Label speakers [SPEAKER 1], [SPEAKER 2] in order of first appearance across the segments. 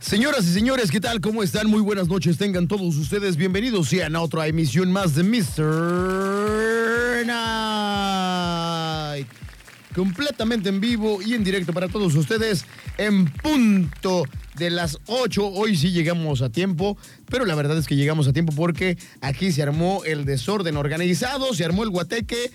[SPEAKER 1] Señoras y señores, ¿qué tal? ¿Cómo están? Muy buenas noches. Tengan todos ustedes bienvenidos sean a otra emisión más de Mr. Night. Completamente en vivo y en directo para todos ustedes en punto de las 8. Hoy sí llegamos a tiempo, pero la verdad es que llegamos a tiempo porque aquí se armó el desorden organizado, se armó el guateque,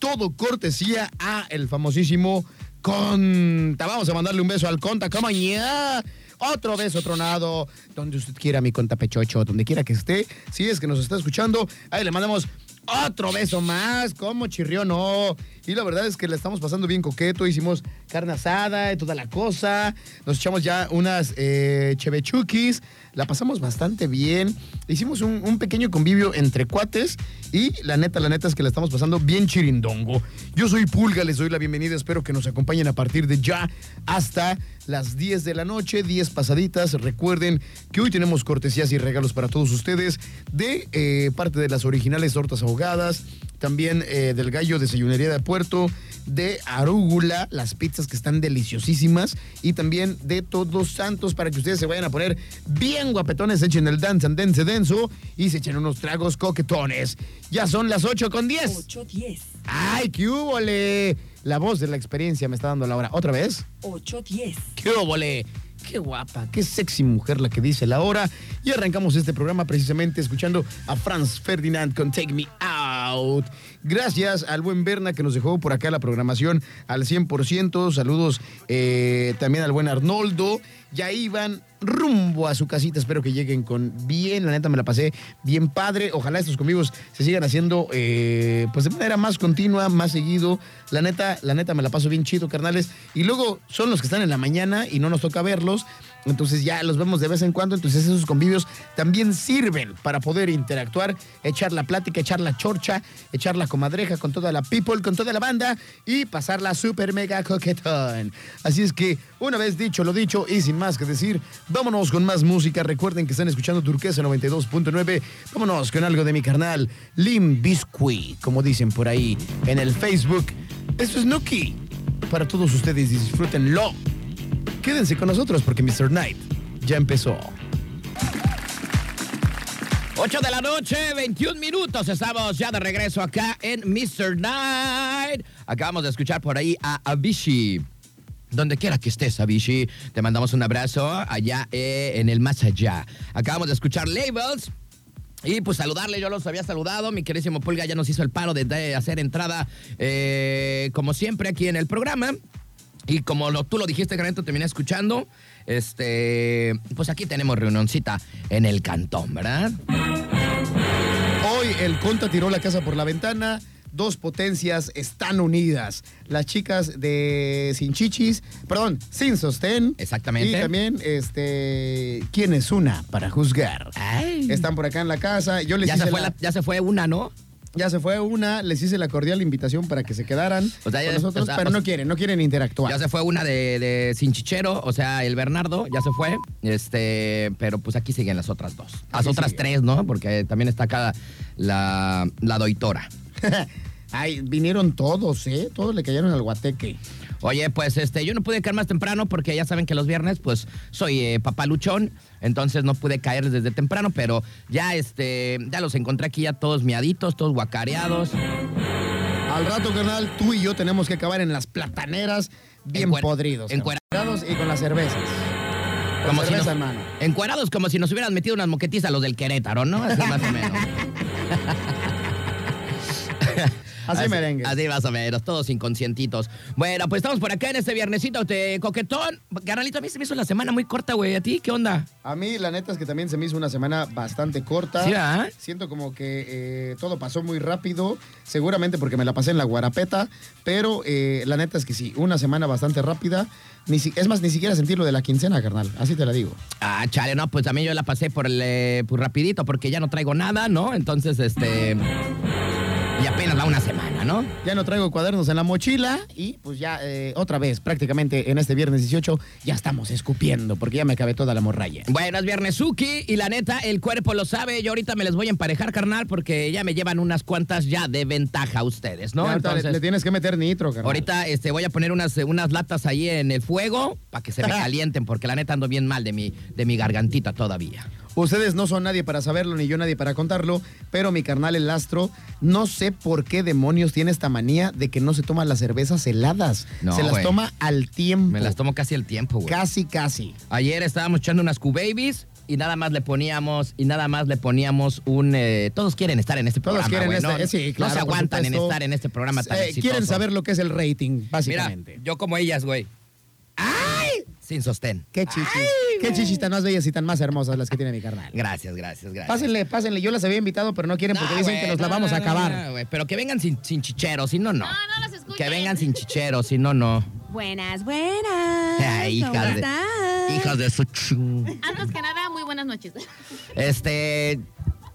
[SPEAKER 1] todo cortesía a el famosísimo Conta. Vamos a mandarle un beso al Conta. ¿Cómo ya? otro beso tronado, donde usted quiera, mi conta pechocho, donde quiera que esté, si es que nos está escuchando, ahí le mandamos otro beso más, como chirrió, no. Y la verdad es que la estamos pasando bien coqueto, hicimos carne asada y toda la cosa, nos echamos ya unas eh, chevechuquis, la pasamos bastante bien, hicimos un, un pequeño convivio entre cuates y la neta, la neta es que la estamos pasando bien chirindongo. Yo soy Pulga, les doy la bienvenida, espero que nos acompañen a partir de ya hasta las 10 de la noche, 10 pasaditas. Recuerden que hoy tenemos cortesías y regalos para todos ustedes de eh, parte de las originales tortas ahogadas, también eh, del gallo de desayunería de puerto, de arúgula, las pizzas que están deliciosísimas y también de todos santos para que ustedes se vayan a poner bien guapetones, echen el dance and dance denso y se echen unos tragos coquetones. Ya son las 8 con 10.
[SPEAKER 2] 810.
[SPEAKER 1] ¡Ay, qué húbole! La voz de la experiencia me está dando la hora. ¿Otra vez?
[SPEAKER 2] 810.
[SPEAKER 1] ¡Qué óvole! ¡Qué guapa! ¡Qué sexy mujer la que dice la hora! Y arrancamos este programa precisamente escuchando a Franz Ferdinand con Take Me Out. Gracias al buen Berna que nos dejó por acá la programación al 100%. Saludos eh, también al buen Arnoldo. Ya iban rumbo a su casita. Espero que lleguen con bien. La neta me la pasé bien padre. Ojalá estos convivos se sigan haciendo eh, pues de manera más continua, más seguido. La neta, la neta me la paso bien chido, carnales. Y luego son los que están en la mañana y no nos toca verlos. Entonces ya los vemos de vez en cuando. Entonces esos convivios también sirven para poder interactuar, echar la plática, echar la chorcha, echar la comadreja con toda la people, con toda la banda y pasarla super mega coquetón. Así es que una vez dicho lo dicho y sin más que decir, vámonos con más música. Recuerden que están escuchando Turquesa 92.9. Vámonos con algo de mi carnal Lim Biscuit, como dicen por ahí en el Facebook. Esto es Nuki. Para todos ustedes disfrútenlo. Quédense con nosotros porque Mr. Knight ya empezó.
[SPEAKER 3] 8 de la noche, 21 minutos. Estamos ya de regreso acá en Mr. Night. Acabamos de escuchar por ahí a Avicii. Donde quiera que estés, Avicii, te mandamos un abrazo allá eh, en el más allá. Acabamos de escuchar Labels. Y pues saludarle, yo los había saludado. Mi querísimo Pulga ya nos hizo el paro de, de hacer entrada, eh, como siempre, aquí en el programa. Y como lo- tú lo dijiste, Granito, terminé escuchando. Este, pues aquí tenemos reunioncita en el cantón, ¿verdad?
[SPEAKER 1] Hoy el Conta tiró la casa por la ventana. Dos potencias están unidas. Las chicas de Sin Chichis, perdón, Sin Sostén.
[SPEAKER 3] Exactamente.
[SPEAKER 1] Y también, este, ¿quién es una para juzgar?
[SPEAKER 3] Ay.
[SPEAKER 1] Están por acá en la casa. Yo les
[SPEAKER 3] Ah. ya,
[SPEAKER 1] hice
[SPEAKER 3] se fue
[SPEAKER 1] la-
[SPEAKER 3] la- ya se fue una, ¿no?
[SPEAKER 1] ya se fue una, les hice la cordial invitación para que se quedaran
[SPEAKER 3] O sea, ya-
[SPEAKER 1] con nosotros,
[SPEAKER 3] o sea,
[SPEAKER 1] pero
[SPEAKER 3] o sea-
[SPEAKER 1] no quieren, no quieren interactuar.
[SPEAKER 3] Ya se fue una de, de Sin Chichero, o sea, el Bernardo, ya se fue. Este, pero pues aquí siguen las otras dos. Las
[SPEAKER 1] Aquí
[SPEAKER 3] otras
[SPEAKER 1] sigue.
[SPEAKER 3] tres, ¿no? Porque también está acá la, la doitora.
[SPEAKER 1] Ay, vinieron todos, ¿eh? Todos le cayeron al guateque.
[SPEAKER 3] Oye, pues este, yo no pude caer más temprano porque ya saben que los viernes, pues, soy eh, papaluchón. Entonces no pude caer desde temprano, pero ya este, ya los encontré aquí ya todos miaditos, todos guacareados.
[SPEAKER 1] Al rato, carnal, tú y yo tenemos que acabar en las plataneras bien
[SPEAKER 3] Encuer-
[SPEAKER 1] podridos.
[SPEAKER 3] encuera-
[SPEAKER 1] encuerados y con las cervezas. Con
[SPEAKER 3] Como si
[SPEAKER 1] cerveza,
[SPEAKER 3] nos-
[SPEAKER 1] hermano.
[SPEAKER 3] Encuerados como si nos hubieran metido unas moquetizas los del Querétaro, ¿no? Así más o menos.
[SPEAKER 1] Así, merengue.
[SPEAKER 3] Así más o menos, todos inconscientitos. Bueno, pues estamos por acá en este viernesito de coquetón. Carnalito, a mí se me hizo la semana muy corta, güey. ¿A ti qué onda?
[SPEAKER 1] A mí, la neta es que también se me hizo una semana bastante corta.
[SPEAKER 3] Sí, ¿verdad?
[SPEAKER 1] Siento como que eh, todo pasó muy rápido, seguramente porque me la pasé en la guarapeta, pero eh, la neta es que sí, una semana bastante rápida. Ni si- es más, ni siquiera sentir lo de la quincena, carnal, así te la digo.
[SPEAKER 3] Ah, chale, no, pues también yo la pasé por el eh, pues, rapidito porque ya no traigo nada, ¿no? Entonces, este. Y apenas va una semana. semana, ¿no?
[SPEAKER 1] Ya no traigo cuadernos en la mochila y pues ya eh, otra vez, prácticamente en este viernes 18, ya estamos escupiendo porque ya me acabé toda la morralla.
[SPEAKER 3] Bueno, es viernesuki y la neta, el cuerpo lo sabe. Yo ahorita me les voy a emparejar, carnal, porque ya me llevan unas cuantas ya de ventaja a ustedes, ¿no?
[SPEAKER 1] Ya, ahorita le, le tienes que meter nitro, carnal.
[SPEAKER 3] Ahorita este, voy a poner unas, eh, unas latas ahí en el fuego para que se me calienten, porque la neta ando bien mal de mi, de mi gargantita todavía.
[SPEAKER 1] Ustedes no son nadie para saberlo, ni yo nadie para contarlo, pero mi carnal el astro, no sé por qué demonios tiene esta manía de que no se toman las cervezas heladas.
[SPEAKER 3] No,
[SPEAKER 1] se las
[SPEAKER 3] güey.
[SPEAKER 1] toma al tiempo.
[SPEAKER 3] Me las tomo casi el tiempo, güey.
[SPEAKER 1] Casi, casi.
[SPEAKER 3] Ayer estábamos echando unas Q-Babies y nada más le poníamos, y nada más le poníamos un... eh, todos quieren estar en este
[SPEAKER 1] Todos
[SPEAKER 3] programa,
[SPEAKER 1] quieren
[SPEAKER 3] güey,
[SPEAKER 1] este,
[SPEAKER 3] ¿no?
[SPEAKER 1] eh, sí,
[SPEAKER 3] No
[SPEAKER 1] claro,
[SPEAKER 3] se
[SPEAKER 1] por
[SPEAKER 3] aguantan en
[SPEAKER 1] supuesto.
[SPEAKER 3] estar en este programa tan
[SPEAKER 1] Eh,
[SPEAKER 3] exitoso.
[SPEAKER 1] Quieren saber lo que es el rating,
[SPEAKER 3] Mira,
[SPEAKER 1] básicamente.
[SPEAKER 3] yo como ellas, güey. ¡Ay! Sin sostén.
[SPEAKER 1] Qué chichis. qué chichis tan más bellas y tan más hermosas las que tiene mi carnal.
[SPEAKER 3] Ah, Gracias, gracias, gracias.
[SPEAKER 1] Pásenle, pásenle. Yo las había invitado, pero no quieren porque
[SPEAKER 3] No,
[SPEAKER 1] dicen
[SPEAKER 3] güey,
[SPEAKER 1] que nos la
[SPEAKER 3] no,
[SPEAKER 1] vamos
[SPEAKER 3] no,
[SPEAKER 1] a
[SPEAKER 3] no,
[SPEAKER 1] acabar.
[SPEAKER 3] no, güey, pero que vengan sin, sin chicheros, si no, no.
[SPEAKER 4] No, no los escuchen.
[SPEAKER 3] que vengan sin chicheros, si no, no.
[SPEAKER 4] Buenas, buenas.
[SPEAKER 3] Ay,
[SPEAKER 4] ¿Cómo
[SPEAKER 3] hijas de-
[SPEAKER 4] estás?
[SPEAKER 3] Hijas de su ching.
[SPEAKER 4] Antes que nada, muy buenas noches.
[SPEAKER 3] Este.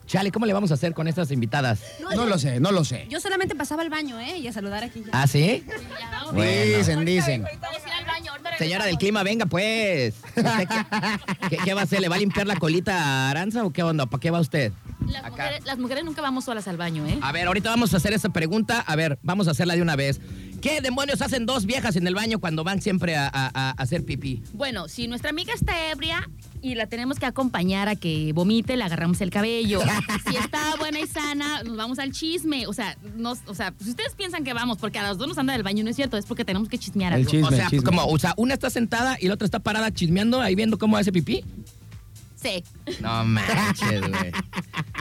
[SPEAKER 3] Chale, ¿cómo le vamos a hacer con estas invitadas?
[SPEAKER 1] No lo sé, no lo sé.
[SPEAKER 4] Yo solamente pasaba al baño, ¿eh? Y a saludar aquí ya.
[SPEAKER 3] ¿Ah, sí?
[SPEAKER 4] Ya, vamos.
[SPEAKER 3] Bueno.
[SPEAKER 1] Dicen, dicen.
[SPEAKER 4] Vamos a ir al baño, ahorita regresamos.
[SPEAKER 3] Señora del clima, venga pues. ¿Usted qué, qué- qué va a hacer? ¿Le va a limpiar la colita a Aranza o qué onda? ¿Para qué va usted?
[SPEAKER 4] Las mujeres, las mujeres nunca vamos solas al baño, ¿eh?
[SPEAKER 3] A ver, ahorita vamos a hacer esa pregunta. A ver, vamos a hacerla de una vez. ¿Qué demonios hacen dos viejas en el baño cuando van siempre a, a- a hacer pipí?
[SPEAKER 4] Bueno, si nuestra amiga está ebria y la tenemos que acompañar a que vomite, le agarramos el cabello. si está buena y sana, nos vamos al chisme. O sea, nos, o sea, si ustedes piensan que vamos porque a las dos nos anda del baño, no es cierto, es porque tenemos que chismear
[SPEAKER 1] El
[SPEAKER 4] algo.
[SPEAKER 1] chisme.
[SPEAKER 3] o sea,
[SPEAKER 1] chisme.
[SPEAKER 3] como, o sea, una está sentada y la otra está parada chismeando ahí viendo cómo hace pipí.
[SPEAKER 4] Sí.
[SPEAKER 3] No manches, güey.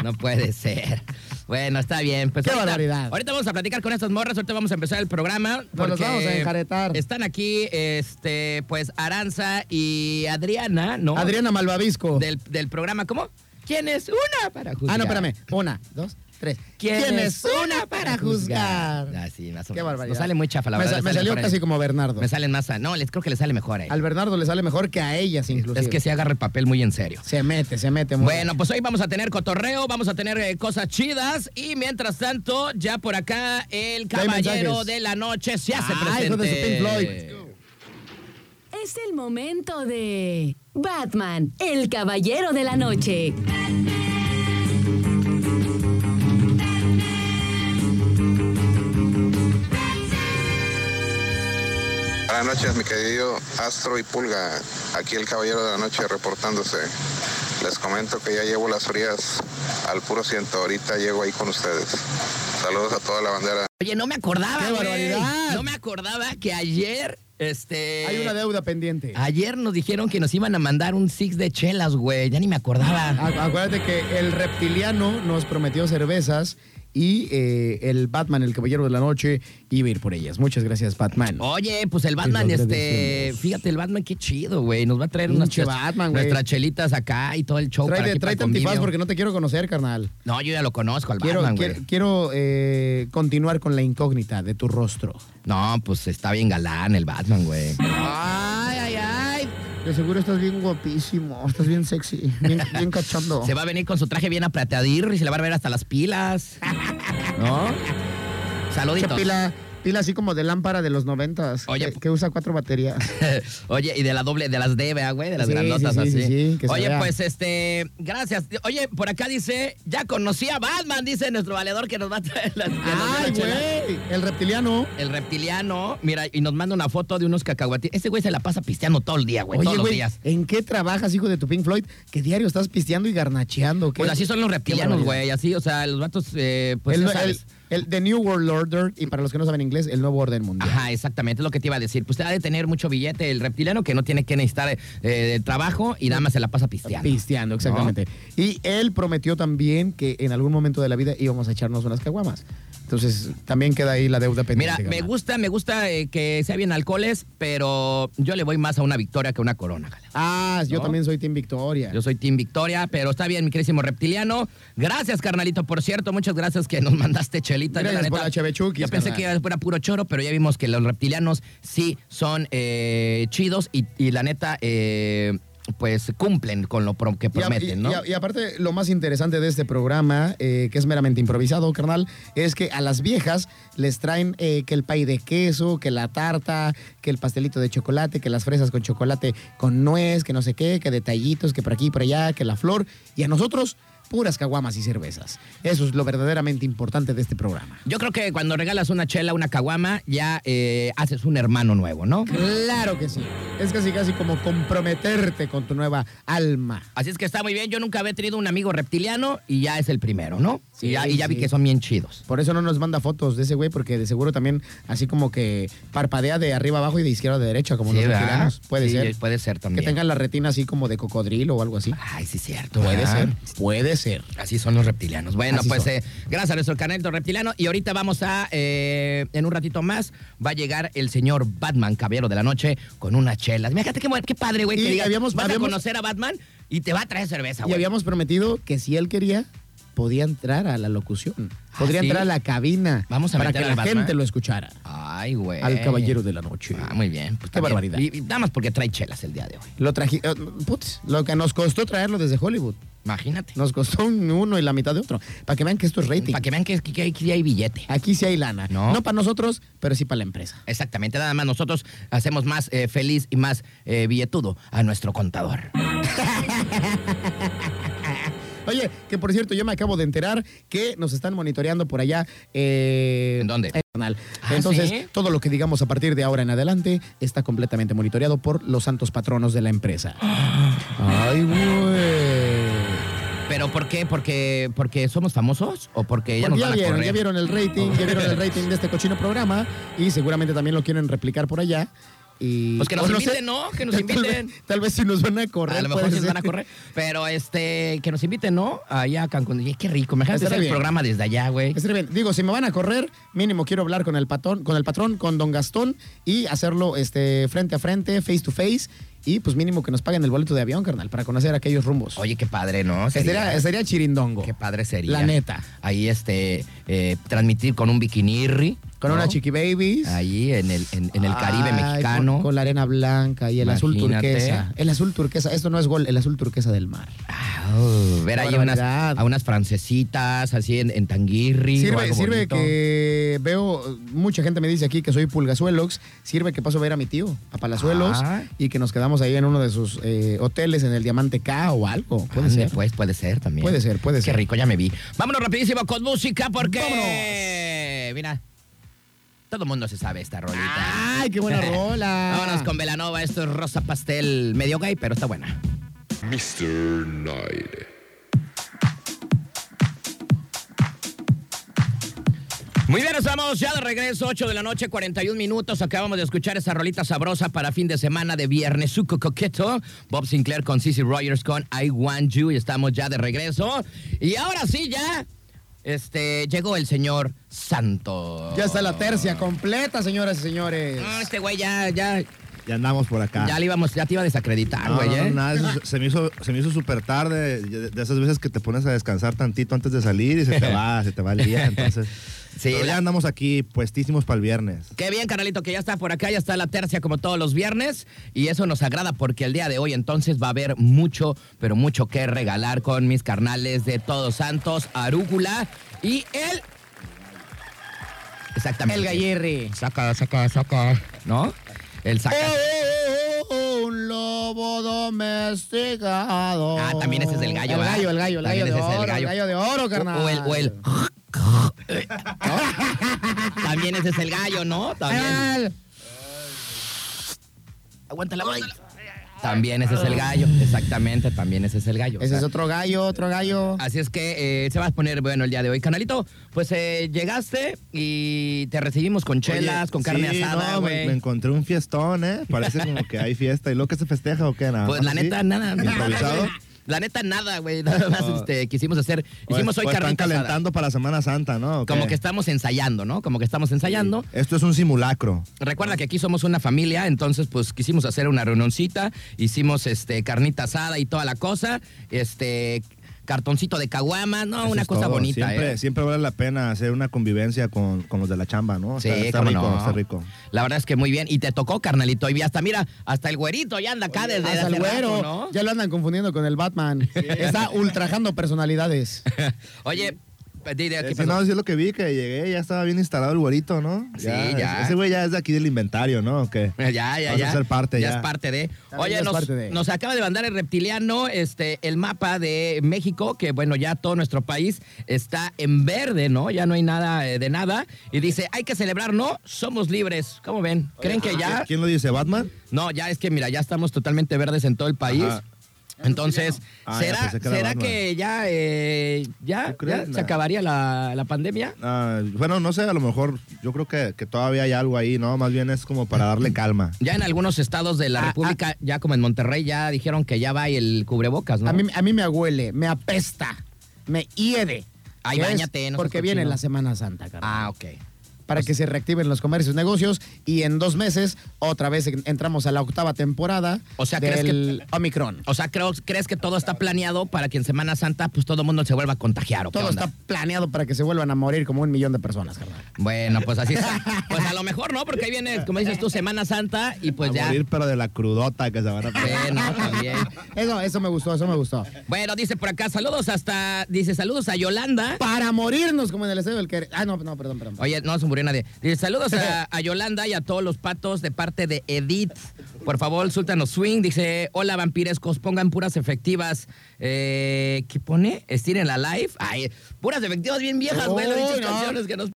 [SPEAKER 3] No puede ser. Bueno, está bien. Pues
[SPEAKER 1] Qué
[SPEAKER 3] ahorita,
[SPEAKER 1] barbaridad.
[SPEAKER 3] Ahorita vamos a platicar con estas morras. Ahorita vamos a empezar el programa.
[SPEAKER 1] Nos los
[SPEAKER 3] porque
[SPEAKER 1] vamos a enjaretar.
[SPEAKER 3] Están aquí, este, pues, Aranza y Adriana, ¿no?
[SPEAKER 1] Adriana Malvavisco.
[SPEAKER 3] Del, del programa, ¿cómo? ¿Quién es una para juzgar?
[SPEAKER 1] Ah, no, espérame. Una, dos, tres.
[SPEAKER 3] ¿Quién, es
[SPEAKER 1] una para juzgar?
[SPEAKER 3] Así, Ah, más o
[SPEAKER 1] Qué
[SPEAKER 3] menos.
[SPEAKER 1] barbaridad.
[SPEAKER 3] Nos sale muy chafa, la
[SPEAKER 1] Me sa-
[SPEAKER 3] verdad. le
[SPEAKER 1] Me,
[SPEAKER 3] sale
[SPEAKER 1] salió
[SPEAKER 3] mejor a
[SPEAKER 1] casi
[SPEAKER 3] él.
[SPEAKER 1] como Bernardo.
[SPEAKER 3] Me sale más. a- No, les creo que le sale mejor eh. a él.
[SPEAKER 1] Al Bernardo le sale mejor que a ellas, inclusive.
[SPEAKER 3] Es que se agarra el papel muy en serio.
[SPEAKER 1] se mete, se mete. muy
[SPEAKER 3] Bueno, pues hoy vamos a tener cotorreo, vamos a tener eh, cosas chidas y mientras tanto, ya por acá el
[SPEAKER 1] Ya hay
[SPEAKER 3] caballero
[SPEAKER 1] mensajes.
[SPEAKER 3] de la noche se hace
[SPEAKER 1] Ah, hijo de su
[SPEAKER 3] presente.
[SPEAKER 1] Pink Floyd. Let's go.
[SPEAKER 2] Es el momento de Batman, el caballero de la noche.
[SPEAKER 5] Buenas noches, mi querido Astro y Pulga. Aquí el Caballero de la Noche reportándose. Les comento que ya llevo las frías al puro ciento. Ahorita llego ahí con ustedes. Saludos a toda la bandera.
[SPEAKER 3] Oye, no me acordaba,
[SPEAKER 1] ¡Qué
[SPEAKER 3] güey.
[SPEAKER 1] barbaridad!
[SPEAKER 3] No me acordaba que ayer, este...
[SPEAKER 1] Hay una deuda pendiente.
[SPEAKER 3] Ayer nos dijeron que nos iban a mandar un six de chelas, güey. Ya ni me acordaba.
[SPEAKER 1] Acu- Acuérdate que el reptiliano nos prometió cervezas y eh, el Batman, el caballero de la noche, iba a ir por ellas. Muchas gracias, Batman.
[SPEAKER 3] Oye, pues el Batman,
[SPEAKER 1] Te lo
[SPEAKER 3] este...
[SPEAKER 1] agradecemos.
[SPEAKER 3] Fíjate, el Batman, qué chido, güey. Nos va a traer unas
[SPEAKER 1] Pinche
[SPEAKER 3] chelas-
[SPEAKER 1] Batman, güey.
[SPEAKER 3] nuestras chelitas acá y todo el show. para
[SPEAKER 1] Tráete,
[SPEAKER 3] aquí, para el
[SPEAKER 1] tráete antifaz
[SPEAKER 3] convivio.
[SPEAKER 1] porque no te quiero conocer, carnal.
[SPEAKER 3] No, yo ya lo conozco al
[SPEAKER 1] Quiero,
[SPEAKER 3] Batman, güey.
[SPEAKER 1] quiero, quiero, eh, continuar con la incógnita de tu rostro.
[SPEAKER 3] No, pues está bien galán el Batman, güey.
[SPEAKER 1] Ay, ay, ay. De seguro estás bien guapísimo, estás bien sexy, bien, bien cachondo.
[SPEAKER 3] Se va a venir con su traje bien aplateadir y se le va a ver hasta las pilas. ¿No?
[SPEAKER 1] Esa
[SPEAKER 3] Saluditos.
[SPEAKER 1] pila, pila así como de lámpara de los noventas,
[SPEAKER 3] Oye,
[SPEAKER 1] que, que usa cuatro baterías.
[SPEAKER 3] Oye, y de la doble, de las D, ¿verdad, güey, de las
[SPEAKER 1] Sí,
[SPEAKER 3] grandotas
[SPEAKER 1] sí, sí,
[SPEAKER 3] así.
[SPEAKER 1] sí, sí, que se
[SPEAKER 3] Oye,
[SPEAKER 1] vea.
[SPEAKER 3] pues este, gracias. Oye, por acá dice, ya conocí a Batman, dice nuestro valedor que nos va a traer las que nos dio la
[SPEAKER 1] Ay,
[SPEAKER 3] chela.
[SPEAKER 1] güey, el reptiliano.
[SPEAKER 3] El reptiliano, mira, y nos manda una foto de unos cacahuatitos. Este güey se la pasa pisteando todo el día, güey,
[SPEAKER 1] Oye,
[SPEAKER 3] Pues todos los
[SPEAKER 1] güey,
[SPEAKER 3] días.
[SPEAKER 1] ¿en qué trabajas, hijo de tu Pink Floyd? Que diario estás pisteando y garnacheando. ¿qué?
[SPEAKER 3] Pues así son los
[SPEAKER 1] Qué
[SPEAKER 3] reptilianos,
[SPEAKER 1] barbaridad.
[SPEAKER 3] güey, así, o sea, los vatos, eh, pues
[SPEAKER 1] el,
[SPEAKER 3] ya
[SPEAKER 1] el-
[SPEAKER 3] sabes.
[SPEAKER 1] el- The New World Order, y para los que no saben inglés, el Nuevo Orden Mundial.
[SPEAKER 3] Ajá, exactamente, es lo que te iba a decir. Pues ha de tener mucho billete el reptiliano que no tiene que necesitar eh, trabajo y nada más se la pasa pisteando.
[SPEAKER 1] Pisteando, exactamente. Y él prometió también que en algún momento de la vida íbamos a echarnos unas caguamas. Entonces, también queda ahí la deuda
[SPEAKER 3] Mira,
[SPEAKER 1] pendiente.
[SPEAKER 3] me
[SPEAKER 1] carnal.
[SPEAKER 3] gusta, me gusta eh, que sea bien alcoholes, pero yo le voy más a una victoria que a una corona, jala.
[SPEAKER 1] Ah, yo
[SPEAKER 3] ¿No?
[SPEAKER 1] también soy Team Victoria.
[SPEAKER 3] Yo soy Team Victoria, pero está bien, mi querísimo reptiliano. Gracias, carnalito, por cierto. Muchas gracias que nos mandaste chelita. Yo,
[SPEAKER 1] Gracias por la chevechuquis,
[SPEAKER 3] Yo pensé
[SPEAKER 1] carnal.
[SPEAKER 3] que era puro choro, pero ya vimos que los reptilianos sí son eh, chidos y, y la neta eh, pues cumplen con lo pro- que
[SPEAKER 1] Y a-
[SPEAKER 3] prometen,
[SPEAKER 1] y,
[SPEAKER 3] ¿no?
[SPEAKER 1] y a- y aparte, lo más interesante de este programa, eh, que es meramente improvisado, carnal, es que a las viejas les traen eh, que el pay de queso, que la tarta, que el pastelito de chocolate, que las fresas con chocolate con nuez, que no sé qué, que detallitos, que por aquí, por allá, que la flor. Y a nosotros, puras caguamas y cervezas. Eso es lo verdaderamente importante de este programa.
[SPEAKER 3] Yo creo que cuando regalas una chela, una caguama, ya eh, haces un hermano nuevo, ¿no?
[SPEAKER 1] Claro que sí. Es casi casi como comprometerte con tu nueva alma.
[SPEAKER 3] Así es que está muy bien. Yo nunca había tenido un amigo reptiliano y ya es el primero, ¿no?
[SPEAKER 1] Sí,
[SPEAKER 3] y ya, y ya vi
[SPEAKER 1] sí.
[SPEAKER 3] que son bien chidos.
[SPEAKER 1] Por eso no nos manda fotos de ese güey, porque de seguro también así como que parpadea de arriba abajo y de izquierda a derecha, como
[SPEAKER 3] Sí,
[SPEAKER 1] los
[SPEAKER 3] ¿verdad?
[SPEAKER 1] reptilianos. Puede
[SPEAKER 3] Sí,
[SPEAKER 1] ser.
[SPEAKER 3] Puede ser
[SPEAKER 1] Que
[SPEAKER 3] también. Ah,
[SPEAKER 1] tengan la retina así como de cocodrilo o algo así.
[SPEAKER 3] Ay, sí, cierto.
[SPEAKER 1] Puede
[SPEAKER 3] ¿verdad?
[SPEAKER 1] ser. Puede ser.
[SPEAKER 3] Así son los reptilianos. Bueno,
[SPEAKER 1] Así
[SPEAKER 3] pues
[SPEAKER 1] son.
[SPEAKER 3] eh, gracias a nuestro canalito reptiliano. Y ahorita vamos a, eh, en un ratito más, va a llegar el señor Batman, caballero de la noche, con unas chelas. Fíjate qué, buen- qué padre, güey.
[SPEAKER 1] Y
[SPEAKER 3] que digas,
[SPEAKER 1] habíamos-
[SPEAKER 3] vas
[SPEAKER 1] habíamos-
[SPEAKER 3] a conocer a Batman y te va a traer cerveza,
[SPEAKER 1] Y
[SPEAKER 3] güey.
[SPEAKER 1] habíamos prometido que si él quería, podía entrar a la locución.
[SPEAKER 3] Ah,
[SPEAKER 1] Podría
[SPEAKER 3] ¿sí?
[SPEAKER 1] entrar a la cabina
[SPEAKER 3] Vamos a
[SPEAKER 1] para que
[SPEAKER 3] meter
[SPEAKER 1] la
[SPEAKER 3] al Batman.
[SPEAKER 1] gente lo escuchara.
[SPEAKER 3] Ay, güey.
[SPEAKER 1] Al caballero de la noche.
[SPEAKER 3] Ah, muy bien. Pues
[SPEAKER 1] Qué
[SPEAKER 3] también.
[SPEAKER 1] barbaridad.
[SPEAKER 3] Y, y nada más porque trae chelas el día de hoy.
[SPEAKER 1] Lo traji... eh, putz, lo que nos costó traerlo desde Hollywood.
[SPEAKER 3] Imagínate.
[SPEAKER 1] Nos costó un uno y la mitad de otro. Para que vean que esto es rating.
[SPEAKER 3] Para que vean que, que- que aquí hay billete.
[SPEAKER 1] Aquí sí hay lana.
[SPEAKER 3] No.
[SPEAKER 1] no para nosotros, pero sí para la empresa.
[SPEAKER 3] Exactamente, nada más nosotros hacemos más eh, feliz y más eh, billetudo a nuestro contador.
[SPEAKER 1] Eh, Oye, que por cierto, yo me acabo de enterar que nos están monitoreando por allá. eh,
[SPEAKER 3] ¿En dónde?
[SPEAKER 1] el canal.
[SPEAKER 3] Ah,
[SPEAKER 1] Entonces,
[SPEAKER 3] ¿sí?
[SPEAKER 1] todo lo que digamos a partir de ahora en adelante está completamente monitoreado por los santos patronos de la empresa. Ay, güey.
[SPEAKER 3] ¿Pero por qué? ¿Porque, porque somos famosos? ¿O porque ya
[SPEAKER 1] Porque
[SPEAKER 3] nos
[SPEAKER 1] ya
[SPEAKER 3] van a
[SPEAKER 1] vieron,
[SPEAKER 3] correr?
[SPEAKER 1] ya vieron el rating, ya vieron el rating de este cochino programa y seguramente también lo quieren replicar por allá. Y,
[SPEAKER 3] Pues que nos
[SPEAKER 1] o sé,
[SPEAKER 3] inviten, ¿no? Que nos
[SPEAKER 1] tal vez-
[SPEAKER 3] inviten.
[SPEAKER 1] Tal vez si nos van a correr.
[SPEAKER 3] A lo mejor
[SPEAKER 1] puede
[SPEAKER 3] sí nos
[SPEAKER 1] ser.
[SPEAKER 3] van a correr. Pero este, que nos inviten, ¿no? Allá a Cancún. Y qué rico. Me dejaste
[SPEAKER 1] Estaría
[SPEAKER 3] hacer el
[SPEAKER 1] bien.
[SPEAKER 3] programa desde allá, güey.
[SPEAKER 1] Estaría bien. Digo, si me van a correr, mínimo quiero hablar con el patrón, con el patrón, con don Gastón y hacerlo este frente a frente, face to face y pues mínimo que nos paguen el boleto de avión, carnal, para conocer aquellos rumbos.
[SPEAKER 3] Oye, qué padre, ¿no?
[SPEAKER 1] Estaría, estaría chirindongo.
[SPEAKER 3] Qué padre sería.
[SPEAKER 1] La neta.
[SPEAKER 3] Ahí, este, eh, transmitir con un bikinirri.
[SPEAKER 1] Con
[SPEAKER 3] ¿no?
[SPEAKER 1] una chiqui babies.
[SPEAKER 3] Ahí en el, en, en el Caribe
[SPEAKER 1] Ay,
[SPEAKER 3] mexicano.
[SPEAKER 1] Con, con la arena blanca y el azul
[SPEAKER 3] Imagínate.
[SPEAKER 1] turquesa. El azul turquesa, esto no es gol, el azul turquesa del mar.
[SPEAKER 3] Ah, ver
[SPEAKER 1] Qué
[SPEAKER 3] ahí unas,
[SPEAKER 1] barbaridad.
[SPEAKER 3] a unas francesitas así en, en tanguirri. o
[SPEAKER 1] Sirve,
[SPEAKER 3] algo
[SPEAKER 1] sirve
[SPEAKER 3] bonito.
[SPEAKER 1] que veo, mucha gente me dice aquí que soy pulgazuelox, sirve que paso a ver a mi tío, a Palazuelos,
[SPEAKER 3] Ah.
[SPEAKER 1] y que nos quedamos ahí en uno de sus eh, hoteles en el Diamante K o algo. Puede
[SPEAKER 3] Ande,
[SPEAKER 1] ser.
[SPEAKER 3] Pues puede ser también.
[SPEAKER 1] Puede ser, puede ser.
[SPEAKER 3] Qué rico, ya me vi. Vámonos rapidísimo con música porque. Mira. Todo el mundo se sabe esta rolita.
[SPEAKER 1] ¡Ay, qué buena rola!
[SPEAKER 3] Vámonos con Velanova. Esto es rosa pastel. Medio gay, pero está buena.
[SPEAKER 6] Mr. Night.
[SPEAKER 3] Muy bien, estamos ya de regreso, 8 de la noche, 41 minutos. Acabamos de escuchar esa rolita sabrosa para fin de semana de viernes. Suco Coqueto, Bob Sinclair con Cissy Rogers con I Want You. Y estamos ya de regreso. Y ahora sí, ya este, llegó el señor Santo.
[SPEAKER 1] Ya está la tercia completa, señoras y señores.
[SPEAKER 3] No, este güey ya, ya,
[SPEAKER 7] Ya andamos por
[SPEAKER 1] Ah.
[SPEAKER 7] acá.
[SPEAKER 3] ya le íbamos, ya te iba a desacreditar,
[SPEAKER 7] No,
[SPEAKER 3] güey,
[SPEAKER 7] no, no,
[SPEAKER 3] ¿eh?
[SPEAKER 7] nada, eso se- se me hizo se me hizo súper tarde, de, de esas veces que te pones a descansar tantito antes de salir y se te va, se te va el día, entonces.
[SPEAKER 3] Sí,
[SPEAKER 7] pero
[SPEAKER 3] la-
[SPEAKER 7] ya andamos aquí puestísimos para el viernes.
[SPEAKER 3] Qué bien, carnalito, que ya está por acá, ya está la tercia como todos los viernes. Y eso nos agrada porque el día de hoy entonces va a haber mucho, pero mucho que regalar con mis carnales de Todos Santos, Arúgula y el. Exactamente.
[SPEAKER 1] El gallerre.
[SPEAKER 3] Saca, saca, saca. ¿No? El saca.
[SPEAKER 1] Oh, oh, oh, oh, un lobo domesticado.
[SPEAKER 3] Ah, también ese es el
[SPEAKER 1] oh.
[SPEAKER 3] gallo,
[SPEAKER 1] El
[SPEAKER 3] ¿verdad?
[SPEAKER 1] gallo, el gallo, el gallo
[SPEAKER 3] También
[SPEAKER 1] de
[SPEAKER 3] ese es el
[SPEAKER 1] oro, el gallo.
[SPEAKER 3] gallo.
[SPEAKER 1] de oro, carnal.
[SPEAKER 3] O, o el. o el- También ese es el gallo, ¿no? También.
[SPEAKER 1] El-
[SPEAKER 3] Aguántala, aguántala. También ese es el gallo. Exactamente, también ese es el gallo. O
[SPEAKER 1] Ese
[SPEAKER 3] sea,
[SPEAKER 1] es otro gallo, otro gallo.
[SPEAKER 3] Así es que eh, se va a poner bueno el día de hoy, canalito. Pues eh, llegaste y te recibimos con chelas,
[SPEAKER 7] Oye,
[SPEAKER 3] con carne
[SPEAKER 7] sí,
[SPEAKER 3] asada,
[SPEAKER 7] no, me,
[SPEAKER 3] güey.
[SPEAKER 7] me encontré un fiestón, ¿eh? Parece como que hay fiesta. ¿Y lo que se festeja o qué? Nada
[SPEAKER 3] pues
[SPEAKER 7] más
[SPEAKER 3] la
[SPEAKER 7] así,
[SPEAKER 3] neta, nada. nada,
[SPEAKER 7] ¿Ah, Improvisado.
[SPEAKER 3] güey. la neta, nada, güey. Nada más
[SPEAKER 7] Oh.
[SPEAKER 3] este, quisimos hacer.
[SPEAKER 7] O
[SPEAKER 3] Hicimos
[SPEAKER 7] es-
[SPEAKER 3] hoy
[SPEAKER 7] o
[SPEAKER 3] carne
[SPEAKER 7] Están
[SPEAKER 3] asada.
[SPEAKER 7] calentando para Semana Santa, ¿no? ¿O qué?
[SPEAKER 3] Como que estamos ensayando, ¿no? Como que estamos ensayando.
[SPEAKER 7] Esto es un simulacro.
[SPEAKER 3] Recuerda que aquí somos una familia, entonces pues quisimos hacer una reunioncita, hicimos este carnita asada y toda la cosa. Este cartoncito de caguama, no,
[SPEAKER 7] Eso
[SPEAKER 3] una
[SPEAKER 7] es
[SPEAKER 3] cosa
[SPEAKER 7] todo.
[SPEAKER 3] bonita.
[SPEAKER 7] Siempre,
[SPEAKER 3] ¿eh?
[SPEAKER 7] siempre vale la pena hacer una convivencia con, con los de la chamba, ¿no?
[SPEAKER 3] Sí,
[SPEAKER 7] está, está
[SPEAKER 3] cómo
[SPEAKER 7] rico,
[SPEAKER 3] no.
[SPEAKER 7] está rico.
[SPEAKER 3] La verdad es que muy bien. Y te tocó, carnalito. Y hasta, mira, hasta el güerito ya anda acá desde
[SPEAKER 1] Hasta
[SPEAKER 3] hace
[SPEAKER 1] el Ah, güero.
[SPEAKER 3] rato, ¿no?
[SPEAKER 1] Ya lo andan confundiendo con el Batman. Está ultrajando personalidades.
[SPEAKER 3] Oye, pe- di- di- ¿qué
[SPEAKER 7] Eh, sí,
[SPEAKER 3] pasó?
[SPEAKER 7] no, sí es lo que vi, que llegué, ya estaba bien instalado el güerito, ¿no?
[SPEAKER 3] Sí, ya.
[SPEAKER 7] Ese güey ya es de aquí del inventario, ¿no? ¿O qué?
[SPEAKER 3] Ya, ya,
[SPEAKER 7] Vas a
[SPEAKER 3] ya.
[SPEAKER 7] ser parte, ya.
[SPEAKER 3] es parte de.
[SPEAKER 1] También ya
[SPEAKER 3] Oye,
[SPEAKER 1] es
[SPEAKER 3] nos,
[SPEAKER 1] parte de.
[SPEAKER 3] nos acaba de mandar el reptiliano este, el mapa de México, que bueno, ya todo nuestro país está en verde, ¿no? Ya no hay nada eh, de nada. Y dice, hay que celebrar, ¿no? Somos libres. ¿Cómo ven? ¿Creen
[SPEAKER 7] ah,
[SPEAKER 3] que ya?
[SPEAKER 7] ¿Quién lo dice? ¿Batman?
[SPEAKER 3] No, ya es que mira, ya estamos totalmente verdes en todo el país.
[SPEAKER 7] Ajá.
[SPEAKER 3] Entonces,
[SPEAKER 7] Ah, ya
[SPEAKER 3] ¿será,
[SPEAKER 7] pensé que era
[SPEAKER 3] será
[SPEAKER 7] Batman.
[SPEAKER 3] que ya, eh, ya,
[SPEAKER 7] ¿Tú crees?
[SPEAKER 3] ya se
[SPEAKER 7] Nah.
[SPEAKER 3] acabaría la, la pandemia?
[SPEAKER 7] Ah, bueno, no sé, a lo mejor yo creo que, que todavía hay algo ahí, ¿no? Más bien es como para darle calma.
[SPEAKER 3] Ya en algunos estados de la
[SPEAKER 1] Ah,
[SPEAKER 3] República, ya como en Monterrey, ya dijeron que ya va y el cubrebocas, ¿no?
[SPEAKER 1] A, mí, a mí me agüele, me apesta, me hiede.
[SPEAKER 3] Ay,
[SPEAKER 1] Que es
[SPEAKER 3] báñate, no seas
[SPEAKER 1] Porque viene
[SPEAKER 3] cochino.
[SPEAKER 1] la Semana Santa, carnal.
[SPEAKER 3] Ah, ok.
[SPEAKER 1] para que se reactiven los comercios, negocios y en dos meses otra vez en- entramos a la octava temporada
[SPEAKER 3] O sea, ¿crees Ah,
[SPEAKER 1] del Omicron.
[SPEAKER 3] O sea, creo, ¿crees que todo está planeado para que en Semana Santa pues todo el mundo se vuelva a contagiar? ¿o qué
[SPEAKER 1] Todo
[SPEAKER 3] onda?
[SPEAKER 1] está planeado para que se vuelvan a morir como un millón de personas, carnal.
[SPEAKER 3] Bueno, pues así está. Pues a lo mejor no, porque ahí viene, como dices tú, Semana Santa y pues
[SPEAKER 7] a
[SPEAKER 3] ya...
[SPEAKER 7] morir, pero de la crudota que se van a poner.
[SPEAKER 3] Bueno, también.
[SPEAKER 1] Eso, eso me gustó, eso me gustó.
[SPEAKER 3] Bueno, dice por acá, saludos hasta... Dice, saludos a Yolanda.
[SPEAKER 1] Para morirnos como en el estadio del Querétaro. Ah, no, no, perdón, perdón.
[SPEAKER 3] Oye, no se murió nadie. Dice, saludos a, a Yolanda y a todos los patos de parte de Edith. Por favor, Sultano Swing. Dice, hola vampirescos, pongan puras efectivas. Eh, ¿Qué pone? Estiren la live. Ay, puras efectivas bien viejas, güey. las
[SPEAKER 1] Uy,
[SPEAKER 3] pinches
[SPEAKER 1] Oh, no.
[SPEAKER 3] canciones que nos...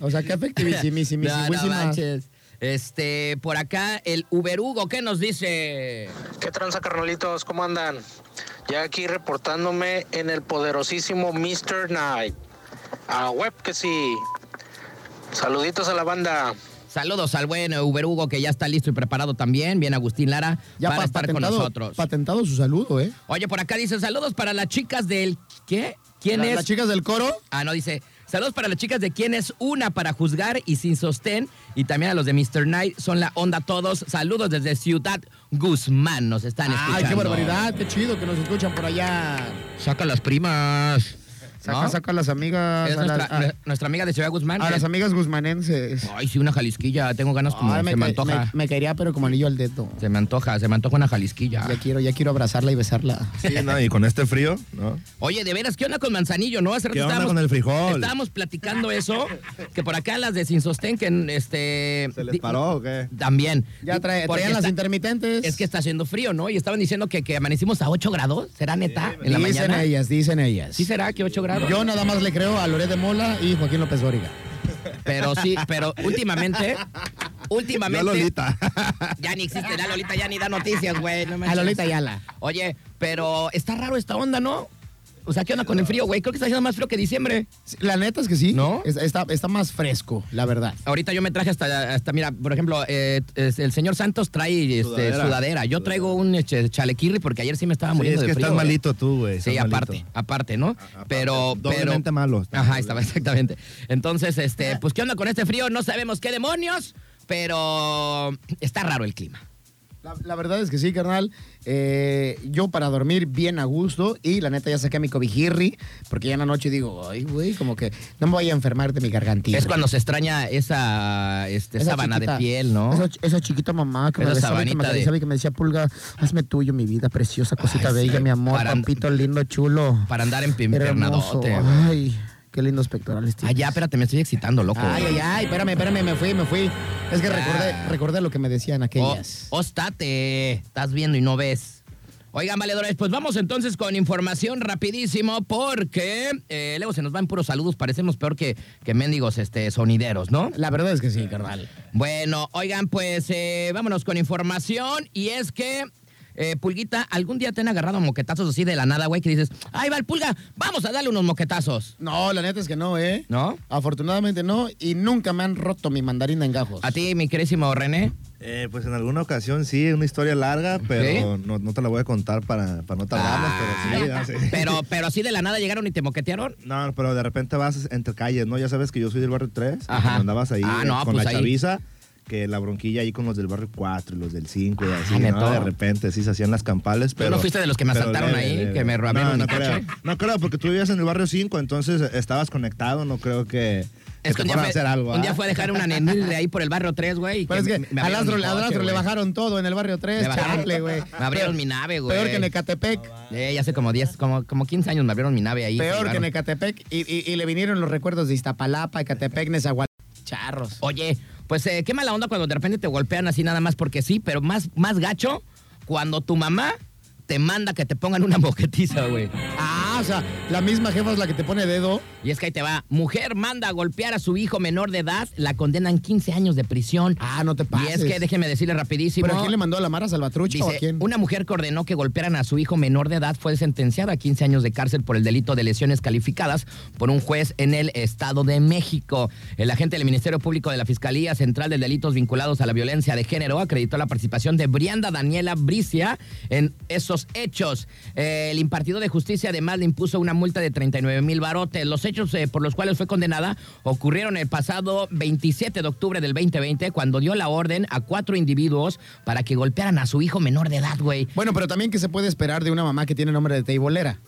[SPEAKER 1] O sea, qué
[SPEAKER 3] No,
[SPEAKER 1] efectivísimísimísima.
[SPEAKER 3] no manches. Este, por acá, el Uberugo, ¿qué nos dice?
[SPEAKER 8] ¿Qué tranza, carnalitos? ¿Cómo andan? Ya aquí reportándome en el poderosísimo Mr. Night. A web que sí. Saluditos a la banda.
[SPEAKER 3] Saludos al buen Uberugo, que ya está listo y preparado también. Bien, Agustín Lara,
[SPEAKER 1] ya
[SPEAKER 3] para
[SPEAKER 1] pa-
[SPEAKER 3] estar con
[SPEAKER 1] patentado-
[SPEAKER 3] nosotros.
[SPEAKER 1] Patentado su saludo, ¿eh?
[SPEAKER 3] Oye, por acá dice, saludos para las chicas del... ¿Qué? ¿Quién
[SPEAKER 1] La-
[SPEAKER 3] es?
[SPEAKER 1] Las chicas del coro.
[SPEAKER 3] Ah, no, dice. Saludos para las chicas de quién es una para juzgar y sin sostén. Y también a los de Mr. Night. Son la onda todos. Saludos desde Ciudad Guzmán. Nos están escuchando.
[SPEAKER 1] Ay, qué barbaridad, qué chido que nos escuchan por allá.
[SPEAKER 3] Saca las primas.
[SPEAKER 1] Saca,
[SPEAKER 3] ¿No?
[SPEAKER 1] saca a las amigas.
[SPEAKER 3] Es
[SPEAKER 1] a, las,
[SPEAKER 3] nuestra,
[SPEAKER 1] a-
[SPEAKER 3] nue- nuestra amiga de Ciudad Guzmán.
[SPEAKER 1] a
[SPEAKER 3] que-
[SPEAKER 1] las amigas guzmanenses.
[SPEAKER 3] Ay, sí, una jalisquilla. Tengo ganas como.
[SPEAKER 1] Ay,
[SPEAKER 3] Ah, se me,
[SPEAKER 1] ca-
[SPEAKER 3] antoja.
[SPEAKER 1] me- me caería, pero como anillo al dedo.
[SPEAKER 3] Se me antoja, se me antoja una jalisquilla.
[SPEAKER 1] Ya quiero, ya quiero abrazarla y besarla.
[SPEAKER 7] Sí, ¿no? Y con este frío, ¿no?
[SPEAKER 3] Oye, de veras, ¿qué onda con Manzanillo, no? Hace rato
[SPEAKER 7] ¿Qué onda
[SPEAKER 3] estábamos-
[SPEAKER 7] con el frijol?
[SPEAKER 3] Estábamos platicando eso, que por acá las de Sin Sostén, que este...
[SPEAKER 7] ¿Se les
[SPEAKER 3] di-
[SPEAKER 7] paró o qué?
[SPEAKER 3] También.
[SPEAKER 1] Ya
[SPEAKER 3] Di-
[SPEAKER 1] trae,
[SPEAKER 3] porque
[SPEAKER 1] traían las
[SPEAKER 3] está-
[SPEAKER 1] intermitentes.
[SPEAKER 3] Es que está haciendo frío, ¿no? Y estaban diciendo que, que amanecimos a 8 grados. ¿Será neta? en la
[SPEAKER 1] dicen
[SPEAKER 3] mañana.
[SPEAKER 1] ellas, dicen ellas.
[SPEAKER 3] Sí será que 8 grados.
[SPEAKER 1] Yo nada más le creo a Loret de Mola y Joaquín López Dóriga.
[SPEAKER 3] Pero sí, pero últimamente. Últimamente.
[SPEAKER 7] Yo Lolita.
[SPEAKER 3] Ya ni existe, la Lolita ya ni da noticias, güey. no
[SPEAKER 1] A
[SPEAKER 3] manches.
[SPEAKER 1] Lolita Ayala.
[SPEAKER 3] Oye, pero está raro esta onda, ¿no? O sea, ¿qué onda con el frío, güey? Creo que está haciendo más frío que diciembre.
[SPEAKER 1] Sí, La neta es que sí.
[SPEAKER 3] ¿No?
[SPEAKER 1] Es- Está, está más fresco, la verdad.
[SPEAKER 3] Ahorita yo me traje hasta, hasta mira, por ejemplo, eh, es- el señor Santos trae este, sudadera.
[SPEAKER 7] Sudadera.
[SPEAKER 3] Yo traigo un este, chalequirri porque ayer sí me estaba
[SPEAKER 7] Sí,
[SPEAKER 3] muriendo
[SPEAKER 7] es que
[SPEAKER 3] de frío.
[SPEAKER 7] estás
[SPEAKER 3] güey.
[SPEAKER 7] malito tú, güey.
[SPEAKER 3] Sí,
[SPEAKER 7] estás
[SPEAKER 3] aparte,
[SPEAKER 7] malito.
[SPEAKER 3] aparte, ¿no?
[SPEAKER 7] aparte,
[SPEAKER 3] pero,
[SPEAKER 7] doblemente
[SPEAKER 3] pero-
[SPEAKER 7] malo.
[SPEAKER 3] Ajá, estaba exactamente. Entonces, este, pues qué onda con este frío, no sabemos qué demonios, pero está raro el clima.
[SPEAKER 1] La, la verdad es que sí, carnal. Eh, yo para dormir bien a gusto y la neta ya saqué mi cobijirri porque ya en la noche digo, ay, güey, como que no me voy a enfermar de mi gargantilla.
[SPEAKER 3] Es cuando se extraña esa, este,
[SPEAKER 1] Esa
[SPEAKER 3] sábana
[SPEAKER 1] chiquita,
[SPEAKER 3] de piel, ¿no?
[SPEAKER 1] Esa, esa chiquita mamá que
[SPEAKER 3] Esa
[SPEAKER 1] me besaba y que
[SPEAKER 3] sabanita
[SPEAKER 1] me
[SPEAKER 3] de-
[SPEAKER 1] acariciaba y que me decía, Pulga, hazme tuyo, mi vida preciosa, cosita
[SPEAKER 3] Ay, sí,
[SPEAKER 1] bella, mi amor,
[SPEAKER 3] para-
[SPEAKER 1] papito lindo, chulo.
[SPEAKER 3] Para andar en pim-
[SPEAKER 1] Hermoso.
[SPEAKER 3] piernadote.
[SPEAKER 1] Ay, qué lindos pectorales
[SPEAKER 3] Ay,
[SPEAKER 1] tienes.
[SPEAKER 3] ya, espérate, me estoy excitando, loco.
[SPEAKER 1] Ay, ay, ay, espérame, espérame, me fui, me fui. Es que
[SPEAKER 3] Ya.
[SPEAKER 1] recordé, recordé lo que me decían
[SPEAKER 3] O-
[SPEAKER 1] aquellas.
[SPEAKER 3] Oh, Ostate, estás viendo y no ves. Oigan, valedores, pues vamos entonces con información rapidísimo porque eh, luego se nos van puros saludos, parecemos peor que, que mendigos este, sonideros, ¿no?
[SPEAKER 1] La verdad es que sí, carnal.
[SPEAKER 3] Bueno, oigan, pues eh, vámonos con información y es que... eh, Pulguita, ¿algún día te han agarrado moquetazos así de la nada, güey? Que dices, ahí va el pulga, vamos a darle unos moquetazos.
[SPEAKER 1] No, la neta es que no, ¿eh?
[SPEAKER 3] ¿No?
[SPEAKER 1] Afortunadamente no, y nunca me han roto mi mandarina en gajos.
[SPEAKER 3] A ti, mi querísimo René.
[SPEAKER 7] Eh, pues en alguna ocasión sí, una historia larga, pero no, no te la voy a contar para, para no tardarnos, pero sí,
[SPEAKER 3] Ay,
[SPEAKER 7] ah, sí.
[SPEAKER 3] pero, pero así de la nada llegaron y te moquetearon.
[SPEAKER 7] No, pero de repente vas entre calles, ¿no? Ya sabes que yo soy del barrio 3. y
[SPEAKER 3] Ajá.
[SPEAKER 7] cuando andabas ahí
[SPEAKER 3] Ah, no,
[SPEAKER 7] eh, con
[SPEAKER 3] pues
[SPEAKER 7] la
[SPEAKER 3] ahí.
[SPEAKER 7] chaviza. que la bronquilla ahí con los del barrio 4 y los del 5 y así,
[SPEAKER 3] Ah,
[SPEAKER 7] ¿no?
[SPEAKER 3] ¿neta?
[SPEAKER 7] De repente sí se hacían las campales, pero...
[SPEAKER 3] no fuiste de los que me
[SPEAKER 7] pero
[SPEAKER 3] asaltaron ahí? ¿Que me robaron
[SPEAKER 7] No,
[SPEAKER 3] mi
[SPEAKER 7] no
[SPEAKER 3] coche?
[SPEAKER 7] creo. No creo, porque tú vivías en el barrio 5, entonces estabas conectado, no creo que... que
[SPEAKER 3] Es que
[SPEAKER 7] te
[SPEAKER 3] un día,
[SPEAKER 7] fueran a
[SPEAKER 3] fue,
[SPEAKER 7] hacer algo,
[SPEAKER 3] un día
[SPEAKER 7] ¿ah?
[SPEAKER 3] fue a dejar una nenil de ahí por el barrio 3, güey. y
[SPEAKER 1] Pero es que
[SPEAKER 3] me- me
[SPEAKER 1] al
[SPEAKER 3] abrieron
[SPEAKER 1] astro,
[SPEAKER 3] mi
[SPEAKER 1] al
[SPEAKER 3] coche,
[SPEAKER 1] astro le
[SPEAKER 3] güey.
[SPEAKER 1] bajaron todo en el barrio 3,
[SPEAKER 3] Le bajaron-
[SPEAKER 1] chale, güey.
[SPEAKER 3] Me abrieron mi nave, güey.
[SPEAKER 1] Peor que en Ecatepec.
[SPEAKER 3] Eh, ya hace como 10, como, como 15 años me abrieron mi nave ahí. se
[SPEAKER 1] Peor que en
[SPEAKER 3] llevaron.
[SPEAKER 1] Ecatepec. Y, y- y le vinieron los recuerdos de Iztapalapa, Ecatepec, Nezahual. Charros.
[SPEAKER 3] Oye, pues eh, qué mala onda cuando de repente te golpean así nada más porque sí, pero más, más gacho cuando tu mamá te manda que te pongan una moquetiza, güey.
[SPEAKER 1] Ah, o sea, la misma jefa es la que te pone dedo.
[SPEAKER 3] Y es que ahí te va. Mujer manda a golpear a su hijo menor de edad, la condenan 15 años de prisión.
[SPEAKER 1] Ah, no te
[SPEAKER 3] Y
[SPEAKER 1] pases.
[SPEAKER 3] es que déjeme decirle rapidísimo.
[SPEAKER 1] ¿Pero a quién le mandó a la Mara Salvatrucha o a
[SPEAKER 3] Dice,
[SPEAKER 1] quién?
[SPEAKER 3] una mujer que ordenó que golpearan a su hijo menor de edad fue sentenciada a 15 años de cárcel por el delito de lesiones calificadas por un juez en el Estado de México. El agente del Ministerio Público de la Fiscalía Central de Delitos Vinculados a la Violencia de Género acreditó la participación de Brianda Daniela Bricia en esos hechos. Eh, el impartidor de justicia además le impuso una multa de 39 mil barotes. Los hechos eh, por los cuales fue condenada ocurrieron el pasado 27 de octubre del 2020 cuando dio la orden a cuatro individuos para que golpearan a su hijo menor de edad, güey.
[SPEAKER 1] Bueno, pero también que se puede esperar de una mamá que tiene nombre de teibolera.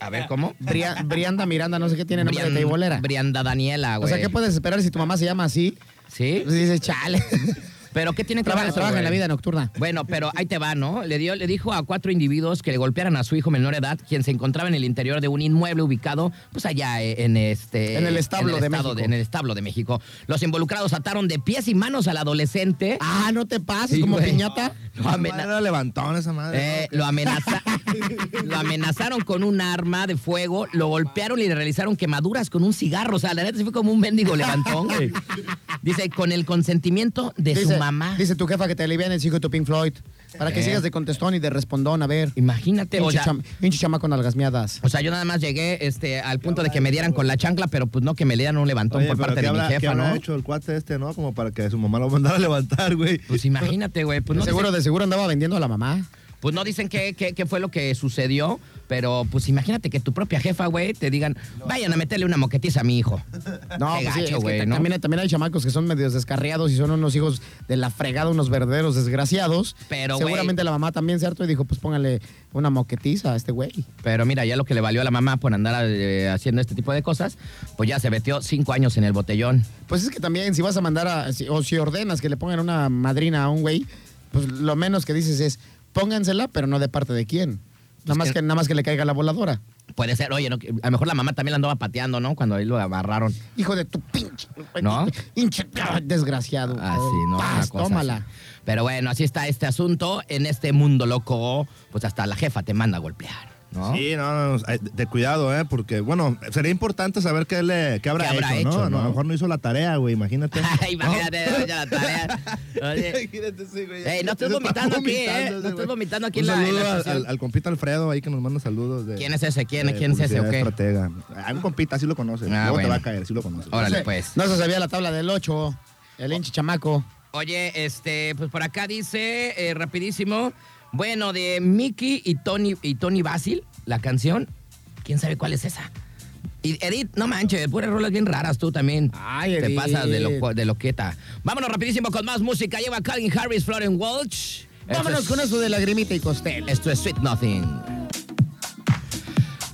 [SPEAKER 3] A ver, ¿cómo?
[SPEAKER 1] Bria- Brianda Miranda, no sé qué tiene nombre
[SPEAKER 3] Brian-
[SPEAKER 1] de teibolera.
[SPEAKER 3] Brianda Daniela,
[SPEAKER 1] o
[SPEAKER 3] güey.
[SPEAKER 1] sea, ¿qué puedes esperar si tu mamá se llama así?
[SPEAKER 3] ¿Sí?
[SPEAKER 1] Pues dices, chale.
[SPEAKER 3] ¿Pero qué tiene que ver
[SPEAKER 1] trabaja
[SPEAKER 3] eso,
[SPEAKER 1] trabaja en
[SPEAKER 3] güey?
[SPEAKER 1] la vida nocturna.
[SPEAKER 3] Bueno, pero ahí te va, ¿no? Le, dio, le dijo a cuatro individuos que le golpearan a su hijo menor de edad, quien se encontraba en el interior de un inmueble ubicado, pues allá eh, en este...
[SPEAKER 1] En el establo de
[SPEAKER 3] estado
[SPEAKER 1] México.
[SPEAKER 3] en el establo de México. Los involucrados ataron de pies y manos al adolescente.
[SPEAKER 1] Ah, no te pases,
[SPEAKER 3] Sí,
[SPEAKER 1] como
[SPEAKER 3] güey.
[SPEAKER 1] piñata.
[SPEAKER 3] Lo, amena-
[SPEAKER 7] Era levantón esa madre.
[SPEAKER 3] eh, lo amenaza- lo amenazaron con un arma de fuego, lo golpearon y le realizaron quemaduras con un cigarro. O sea, la neta sí fue como un mendigo levantón, güey. Dice, con el consentimiento de su mamá.
[SPEAKER 1] Dice tu jefa que te alivian el hijo de tu Pink Floyd. Para que
[SPEAKER 3] Eh.
[SPEAKER 1] sigas de contestón y de respondón, a ver.
[SPEAKER 3] Imagínate, o
[SPEAKER 1] Pinche
[SPEAKER 3] sea,
[SPEAKER 1] cham- pinche chama con algas miadas.
[SPEAKER 3] O sea, yo nada más llegué este, al punto de que me dieran con la chancla, pero pues no que me dieran un levantón
[SPEAKER 7] Oye,
[SPEAKER 3] por
[SPEAKER 7] pero
[SPEAKER 3] parte
[SPEAKER 7] ¿qué
[SPEAKER 3] de
[SPEAKER 7] habrá-
[SPEAKER 3] mi
[SPEAKER 7] qué
[SPEAKER 3] jefa,
[SPEAKER 7] habrá
[SPEAKER 3] ¿no?
[SPEAKER 7] hecho el cuate este, no? Como para que su mamá lo mandara a levantar, güey.
[SPEAKER 3] Pues imagínate, güey. Pues, no
[SPEAKER 1] De seguro,
[SPEAKER 3] dicen-
[SPEAKER 1] de seguro andaba vendiendo a la mamá.
[SPEAKER 3] pues no dicen qué, qué, qué fue lo que sucedió, pero pues imagínate que tu propia jefa, güey, te digan, vayan a meterle una moquetiza a mi hijo.
[SPEAKER 1] No, pues
[SPEAKER 3] Qué
[SPEAKER 1] sí,
[SPEAKER 3] gacho,
[SPEAKER 1] es que
[SPEAKER 3] güey,
[SPEAKER 1] ta-
[SPEAKER 3] ¿no?
[SPEAKER 1] también, también hay chamacos que son medios descarriados y son unos hijos de la fregada, unos verdaderos desgraciados.
[SPEAKER 3] Pero, güey.
[SPEAKER 1] Seguramente la mamá también se hartó y dijo, pues póngale una moquetiza a este güey.
[SPEAKER 3] Pero mira, ya lo que le valió a la mamá por andar eh, haciendo este tipo de cosas, pues ya se metió cinco años en el botellón.
[SPEAKER 1] Pues es que también si vas a mandar a, si- o si ordenas que le pongan una madrina a un güey, pues lo menos que dices es, póngansela, pero no de parte de quién. Nada más
[SPEAKER 3] que-
[SPEAKER 1] que, nada más que le caiga la voladora.
[SPEAKER 3] Puede ser, oye, no, que- a lo mejor la mamá también la andaba pateando, ¿no? Cuando ahí lo agarraron.
[SPEAKER 1] Hijo de tu pinche.
[SPEAKER 3] ¿No?
[SPEAKER 1] Pinche desgraciado.
[SPEAKER 3] Así, Ah, ¿no? Una
[SPEAKER 1] Paz,
[SPEAKER 3] cosa
[SPEAKER 1] tómala.
[SPEAKER 3] así. Pero bueno, así está este asunto. En este mundo loco, pues hasta la jefa te manda a golpear, ¿no?
[SPEAKER 7] Sí, no, no, no, de cuidado, ¿eh? Porque, bueno, sería importante saber qué, le, qué habrá,
[SPEAKER 3] ¿Qué habrá
[SPEAKER 7] hecho,
[SPEAKER 3] hecho,
[SPEAKER 7] ¿no? A
[SPEAKER 3] no?
[SPEAKER 7] lo mejor no hizo la tarea, güey, imagínate.
[SPEAKER 3] Ay, imagínate, ya la tarea. Oye,
[SPEAKER 7] Imagínate, sí, güey.
[SPEAKER 3] Ey, no estoy
[SPEAKER 7] Ese está
[SPEAKER 3] vomitando aquí, ¿eh?
[SPEAKER 7] vomitando ese,
[SPEAKER 3] No estoy
[SPEAKER 7] güey.
[SPEAKER 3] vomitando aquí
[SPEAKER 7] Un
[SPEAKER 3] en la- en la
[SPEAKER 7] saludo al-
[SPEAKER 3] estación.
[SPEAKER 7] al, al compita Alfredo ahí que nos manda saludos. De,
[SPEAKER 3] ¿Quién es ese? ¿Quién,
[SPEAKER 7] de
[SPEAKER 3] quién es ese o
[SPEAKER 7] publicidad
[SPEAKER 3] qué?
[SPEAKER 7] Estratega. Hay un compita, sí lo conoces.
[SPEAKER 3] Ah,
[SPEAKER 7] Luego
[SPEAKER 3] bueno.
[SPEAKER 7] te va a caer, sí lo conoces.
[SPEAKER 3] órale,
[SPEAKER 1] Sí.
[SPEAKER 3] pues.
[SPEAKER 1] No se sabía la tabla del 8, el hinche chamaco.
[SPEAKER 3] Oye, este, pues por acá dice, eh, rapidísimo, bueno, de Mickey y Tony y Tony Basil, la canción, quién sabe cuál es esa. Y Edith, no manches, puras rolas bien raras tú también.
[SPEAKER 1] Ay,
[SPEAKER 3] Te
[SPEAKER 1] Edith.
[SPEAKER 3] pasas de, lo, de loqueta. Vámonos rapidísimo con más música. Lleva Calvin Harris, Florence Walsh. Esto
[SPEAKER 1] Vámonos
[SPEAKER 3] es-
[SPEAKER 1] con eso de lagrimita y costel.
[SPEAKER 3] Esto es Sweet Nothing.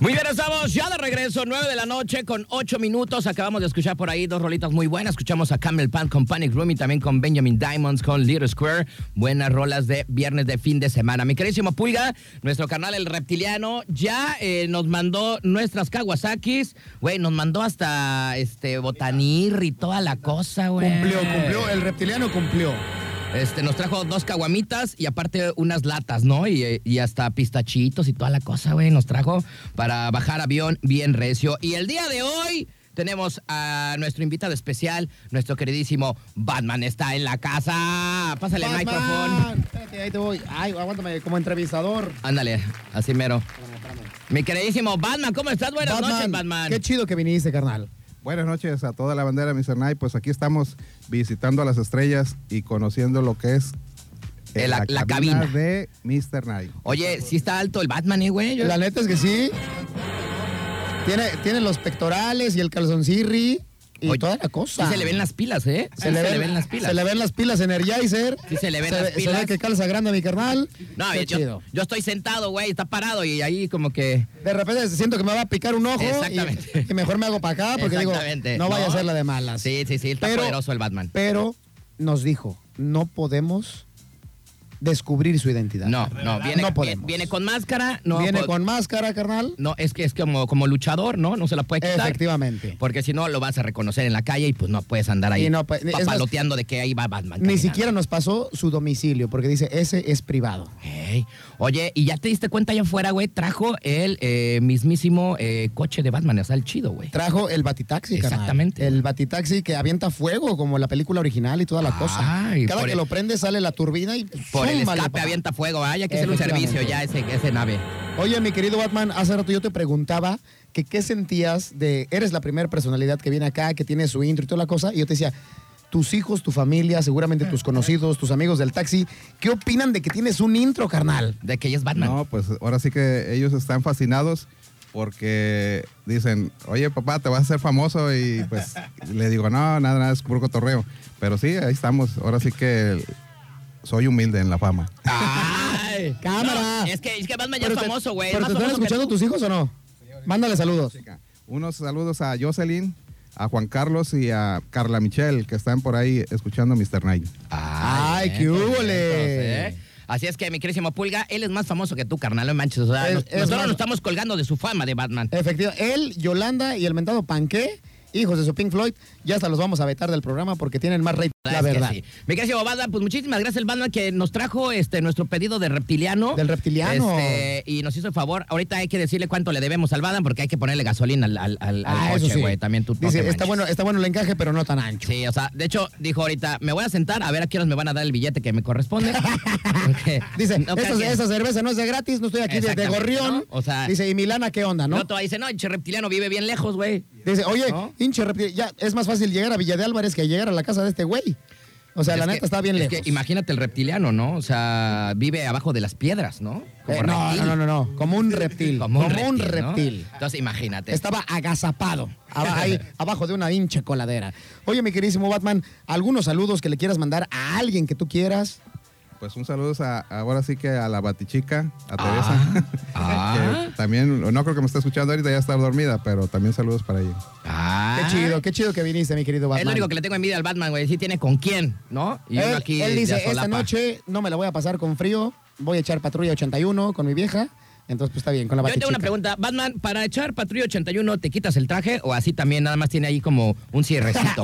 [SPEAKER 3] Muy bien, estamos ya de regreso, 9 de la noche con 8 minutos. Acabamos de escuchar por ahí dos rolitas muy buenas. Escuchamos a Camel Pan con Panic Room y también con Benjamin Diamonds con Little Square. Buenas rolas de viernes de fin de semana. Mi querísimo Pulga, nuestro canal El Reptiliano, ya eh, nos mandó nuestras Kawasakis. Güey, nos mandó hasta este Botanir y toda la cosa, güey.
[SPEAKER 1] Cumplió, cumplió, el reptiliano cumplió.
[SPEAKER 3] Este, nos trajo dos caguamitas y aparte unas latas, ¿no? Y, eh, y hasta pistachitos y toda la cosa, güey. Nos trajo para bajar avión bien recio. Y el día de hoy tenemos a nuestro invitado especial, nuestro queridísimo Batman está en la casa. Pásale el micrófono.
[SPEAKER 1] Batman, espérate, ahí te voy. Ay, aguántame como entrevistador.
[SPEAKER 3] Ándale, así mero. Mi queridísimo Batman, ¿cómo estás? Buenas noches, Batman.
[SPEAKER 1] Qué chido que viniste, carnal.
[SPEAKER 9] Buenas noches a toda la bandera, Mr. Night. Pues aquí estamos visitando a las estrellas y conociendo lo que es eh,
[SPEAKER 3] La- la cabina.
[SPEAKER 9] de Mr. Night.
[SPEAKER 3] Oye, sí está alto el Batman, eh, güey. Yo-
[SPEAKER 1] La neta es que sí. Tiene, tiene los pectorales y el calzoncirri. y toda la cosa.
[SPEAKER 3] Sí se le ven las pilas, ¿eh?
[SPEAKER 1] Se,
[SPEAKER 3] Sí
[SPEAKER 1] le, ven,
[SPEAKER 3] las pilas.
[SPEAKER 1] Se le ven las pilas Energizer.
[SPEAKER 3] Sí se le ven las
[SPEAKER 1] Se
[SPEAKER 3] pilas.
[SPEAKER 1] ve que calza grande mi carnal.
[SPEAKER 3] No,
[SPEAKER 1] Qué
[SPEAKER 3] yo,
[SPEAKER 1] chido.
[SPEAKER 3] yo estoy sentado, güey, está parado y ahí como que...
[SPEAKER 1] De repente siento que me va a picar un ojo. y-
[SPEAKER 3] Exactamente.
[SPEAKER 1] Y, mejor me hago para acá porque digo,
[SPEAKER 3] Exactamente.
[SPEAKER 1] no vaya a ser la de malas.
[SPEAKER 3] Sí, sí, sí, está
[SPEAKER 1] Pero-
[SPEAKER 3] poderoso el Batman.
[SPEAKER 1] Pero nos dijo, no podemos descubrir su identidad.
[SPEAKER 3] No, no, viene,
[SPEAKER 1] No podemos.
[SPEAKER 3] viene con máscara, no
[SPEAKER 1] Viene
[SPEAKER 3] po-
[SPEAKER 1] con máscara, carnal.
[SPEAKER 3] No, es que es como, como luchador, ¿no? No se la puede quitar.
[SPEAKER 1] Efectivamente.
[SPEAKER 3] Porque si no, lo vas a reconocer en la calle y pues no puedes andar ahí
[SPEAKER 1] Y no, pues, es más-
[SPEAKER 3] papaloteando de que ahí va Batman.
[SPEAKER 1] Ni
[SPEAKER 3] caminando.
[SPEAKER 1] siquiera nos pasó su domicilio porque dice, ese es privado.
[SPEAKER 3] Ey, Oye, ¿y ya te diste cuenta allá afuera, güey? Trajo el eh, mismísimo eh, coche de Batman, o sea, el chido, güey.
[SPEAKER 1] Trajo el batitaxi, carnal.
[SPEAKER 3] Exactamente.
[SPEAKER 1] El batitaxi que avienta fuego, como la película original y toda la cosa.
[SPEAKER 3] Ay,
[SPEAKER 1] Cada
[SPEAKER 3] por
[SPEAKER 1] que
[SPEAKER 3] el-
[SPEAKER 1] lo prende sale la turbina y
[SPEAKER 3] Por el
[SPEAKER 1] zúmbale
[SPEAKER 3] escape
[SPEAKER 1] para-
[SPEAKER 3] avienta fuego, ay, hay que hacer un
[SPEAKER 1] Efectivamente.
[SPEAKER 3] servicio ya ese, ese nave.
[SPEAKER 1] Oye, mi querido Batman, hace rato yo te preguntaba que qué sentías de... Eres la primera personalidad que viene acá, que tiene su intro y toda la cosa. Y yo te decía, tus hijos, tu familia, seguramente tus conocidos, tus amigos del taxi, ¿qué opinan de que tienes un intro, carnal?
[SPEAKER 3] De que ella es Batman.
[SPEAKER 7] No, pues ahora sí que ellos están fascinados porque dicen, oye papá, te vas a hacer famoso y pues le digo, no, nada, nada, es puro cotorreo. Pero sí, ahí estamos, ahora sí que soy humilde en la fama.
[SPEAKER 3] ¡Ay!
[SPEAKER 1] ¡Cámara!
[SPEAKER 3] No, es, que, es que Batman ya
[SPEAKER 1] Pero
[SPEAKER 3] es
[SPEAKER 1] te-
[SPEAKER 3] famoso, güey.
[SPEAKER 1] ¿Pero
[SPEAKER 3] es
[SPEAKER 1] te
[SPEAKER 3] más
[SPEAKER 1] están
[SPEAKER 3] famoso que
[SPEAKER 1] escuchando
[SPEAKER 3] tú.
[SPEAKER 1] tus hijos o no? Mándale saludos.
[SPEAKER 7] Unos saludos a Jocelyn, a Juan Carlos y a Carla Michelle que están por ahí escuchando Mr. Night.
[SPEAKER 1] ¡Ay, qué
[SPEAKER 3] bien,
[SPEAKER 1] húbole!
[SPEAKER 3] entonces, ¿eh? Así es que, mi querísimo Pulga, él es más famoso que tú, carnal, no manches. O sea,
[SPEAKER 1] Es-
[SPEAKER 3] nos-
[SPEAKER 1] es
[SPEAKER 3] nosotros
[SPEAKER 1] más-
[SPEAKER 3] nos estamos colgando de su fama de Batman.
[SPEAKER 1] Efectivo. Él, Yolanda y el mentado Panqué, hijos de su Pink Floyd, ya hasta los vamos a vetar del programa porque tienen más rating, la
[SPEAKER 3] Es que
[SPEAKER 1] verdad.
[SPEAKER 3] sí. Mi querísimo Batman, pues muchísimas gracias, el Batman, que nos trajo este nuestro pedido de reptiliano.
[SPEAKER 1] Del reptiliano.
[SPEAKER 3] Este, y nos hizo el favor. Ahorita hay que decirle cuánto le debemos al Batman porque hay que ponerle gasolina al, al, al- al
[SPEAKER 1] Ah, eso
[SPEAKER 3] coche,
[SPEAKER 1] sí.
[SPEAKER 3] güey. También tú no
[SPEAKER 1] Dice,
[SPEAKER 3] te
[SPEAKER 1] está
[SPEAKER 3] manches".
[SPEAKER 1] bueno, está bueno el encaje, pero no tan ancho.
[SPEAKER 3] Sí, o sea, de hecho, dijo ahorita, me voy a sentar a ver a quiénes me van a dar el billete que me corresponde. Porque
[SPEAKER 1] Dice,
[SPEAKER 3] no
[SPEAKER 1] "Esa-
[SPEAKER 3] caguen".
[SPEAKER 1] esa cerveza no es de gratis, no estoy aquí desde
[SPEAKER 3] Exactamente,
[SPEAKER 1] Gorrión.
[SPEAKER 3] ¿no? O sea-
[SPEAKER 1] dice, ¿y Milana qué onda,
[SPEAKER 3] ¿no?
[SPEAKER 1] no?
[SPEAKER 3] todavía dice, no, el che reptiliano vive bien lejos, güey.
[SPEAKER 1] Dice, oye,
[SPEAKER 3] ¿No?
[SPEAKER 1] hinche reptil- ya es más fácil llegar a Villa de Álvarez que llegar a la casa de este güey. O sea,
[SPEAKER 3] Es
[SPEAKER 1] la
[SPEAKER 3] que-
[SPEAKER 1] neta está bien
[SPEAKER 3] es
[SPEAKER 1] lejos.
[SPEAKER 3] que imagínate el reptiliano, ¿no? O sea, vive abajo de las piedras, ¿no?
[SPEAKER 1] Eh, no, no,
[SPEAKER 3] reptil.
[SPEAKER 1] no, no, no, como un reptil, como un reptil.
[SPEAKER 3] ¿no? Entonces, imagínate.
[SPEAKER 1] Estaba agazapado aba- ahí, abajo de una hincha coladera. Oye, mi queridísimo Batman, algunos saludos que le quieras mandar a alguien que tú quieras.
[SPEAKER 7] Pues un saludo a, ahora sí que a la batichica, a Teresa.
[SPEAKER 3] Ah.
[SPEAKER 7] que también, no creo que me esté escuchando ahorita, ya está dormida, pero también saludos para ella.
[SPEAKER 3] Ah.
[SPEAKER 1] Qué chido, qué chido que viniste, mi querido Batman.
[SPEAKER 3] Es lo único que le tengo envidia al Batman, güey. Sí tiene con quién, ¿no? Y uno
[SPEAKER 1] él,
[SPEAKER 3] aquí
[SPEAKER 1] él
[SPEAKER 3] ya
[SPEAKER 1] dice, esta
[SPEAKER 3] solapa".
[SPEAKER 1] noche no me la voy a pasar con frío, voy a echar patrulla 81 con mi vieja, entonces pues está bien, con la
[SPEAKER 3] Yo tengo
[SPEAKER 1] batichica.
[SPEAKER 3] una pregunta. Batman, para echar Patrulla 81, ¿te quitas el traje o así también nada más tiene ahí como un cierrecito?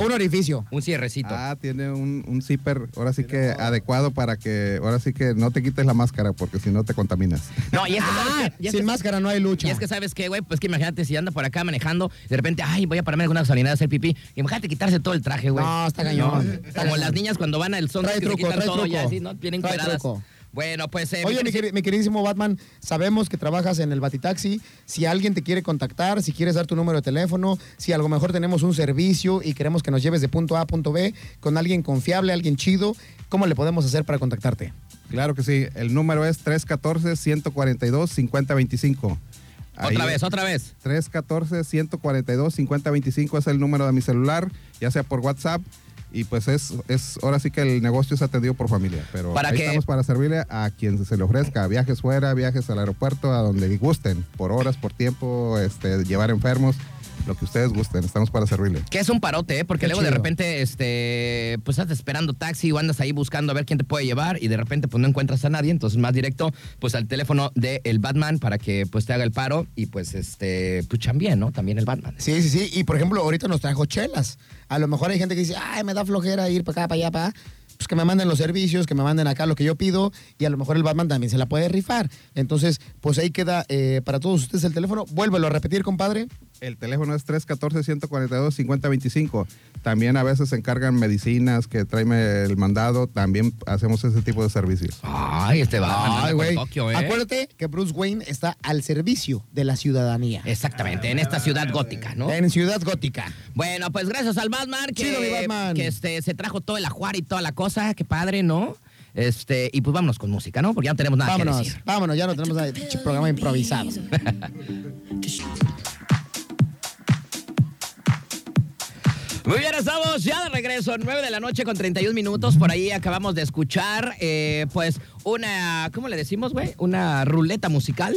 [SPEAKER 1] Un orificio.
[SPEAKER 3] un cierrecito.
[SPEAKER 7] Ah, tiene un, un zipper, ahora sí que adecuado para que, ahora sí que no te quites la máscara porque si no te contaminas.
[SPEAKER 3] No, y es que,
[SPEAKER 1] Ah,
[SPEAKER 3] ¿sabes qué? Y es
[SPEAKER 1] sin
[SPEAKER 3] que-
[SPEAKER 1] máscara no hay lucha.
[SPEAKER 3] Y es que sabes qué, güey, pues que imagínate si anda por acá manejando, de repente, ay, voy a pararme en alguna gasolinera a hacer pipí. Imagínate quitarse todo el traje, güey.
[SPEAKER 1] No, está cañón.
[SPEAKER 3] No,
[SPEAKER 1] Está
[SPEAKER 3] Como
[SPEAKER 1] cañón.
[SPEAKER 3] las niñas cuando van al son
[SPEAKER 1] Trae
[SPEAKER 3] que se
[SPEAKER 1] truco,
[SPEAKER 3] quitan
[SPEAKER 1] trae
[SPEAKER 3] todo
[SPEAKER 1] truco.
[SPEAKER 3] ya así, ¿no? Vienen
[SPEAKER 1] Trae
[SPEAKER 3] cueradas.
[SPEAKER 1] truco.
[SPEAKER 3] Bueno, pues eh,
[SPEAKER 1] Oye, mi, queri- mi queridísimo Batman, sabemos que trabajas en el Batitaxi. Si alguien te quiere contactar, si quieres dar tu número de teléfono, si a lo mejor tenemos un servicio y queremos que nos lleves de punto A a punto B con alguien confiable, alguien chido, ¿cómo le podemos hacer para contactarte?
[SPEAKER 7] Claro que sí, el número es 314-142-5025.
[SPEAKER 3] otra vez, otra vez.
[SPEAKER 7] 314-142-5025 es el número de mi celular, ya sea por WhatsApp. Y pues es, es ahora sí que el negocio es atendido por familia. Pero
[SPEAKER 3] ¿Para
[SPEAKER 7] ahí
[SPEAKER 3] qué?
[SPEAKER 7] estamos para servirle a quien se le ofrezca. Viajes fuera, viajes al aeropuerto, a donde gusten. Por horas, por tiempo, este, llevar enfermos, lo que ustedes gusten. Estamos para servirle.
[SPEAKER 3] Que es un parote, ¿eh? porque
[SPEAKER 1] Qué
[SPEAKER 3] luego de
[SPEAKER 1] chido.
[SPEAKER 3] repente, este, pues estás esperando taxi o andas ahí buscando a ver quién te puede llevar y de repente pues no encuentras a nadie, entonces más directo, pues al teléfono del el Batman para que pues te haga el paro y pues este, pues también, ¿no? También el Batman.
[SPEAKER 1] Sí, sí, sí. Y por ejemplo, ahorita nos trajo chelas. A lo mejor hay gente que dice, ay, me da flojera ir para acá, para allá, para acá. Pues que me manden los servicios, que me manden acá lo que yo pido y a lo mejor el Batman también se la puede rifar. Entonces, pues ahí queda eh, para todos ustedes el teléfono. Vuélvelo a repetir, compadre.
[SPEAKER 7] El teléfono es 314-142-5025. También a veces se encargan medicinas que tráeme el mandado. También hacemos ese tipo de servicios.
[SPEAKER 3] Ay, este Batman. anda
[SPEAKER 1] Ay,
[SPEAKER 3] por
[SPEAKER 1] güey.
[SPEAKER 3] Tokio, ¿eh?
[SPEAKER 1] Acuérdate que Bruce Wayne está al servicio de la ciudadanía.
[SPEAKER 3] Exactamente, en esta ciudad gótica, ¿no?
[SPEAKER 1] En Ciudad Gótica.
[SPEAKER 3] Bueno, pues gracias al Batman que,
[SPEAKER 1] Chido, mi Batman.
[SPEAKER 3] que este, se trajo todo el ajuar y toda la cosa, qué padre, ¿no? Este, y pues vámonos con música, ¿no? Porque ya no tenemos nada que
[SPEAKER 1] vámonos,
[SPEAKER 3] decir.
[SPEAKER 1] vámonos, ya Ah, no tenemos nada de pinche programa improvisado.
[SPEAKER 2] Este,
[SPEAKER 3] Muy bien, estamos ya de regreso, 9 de la noche con 31 minutos. Por ahí acabamos de escuchar, eh, pues, una, ¿cómo le decimos, güey? Una ruleta musical.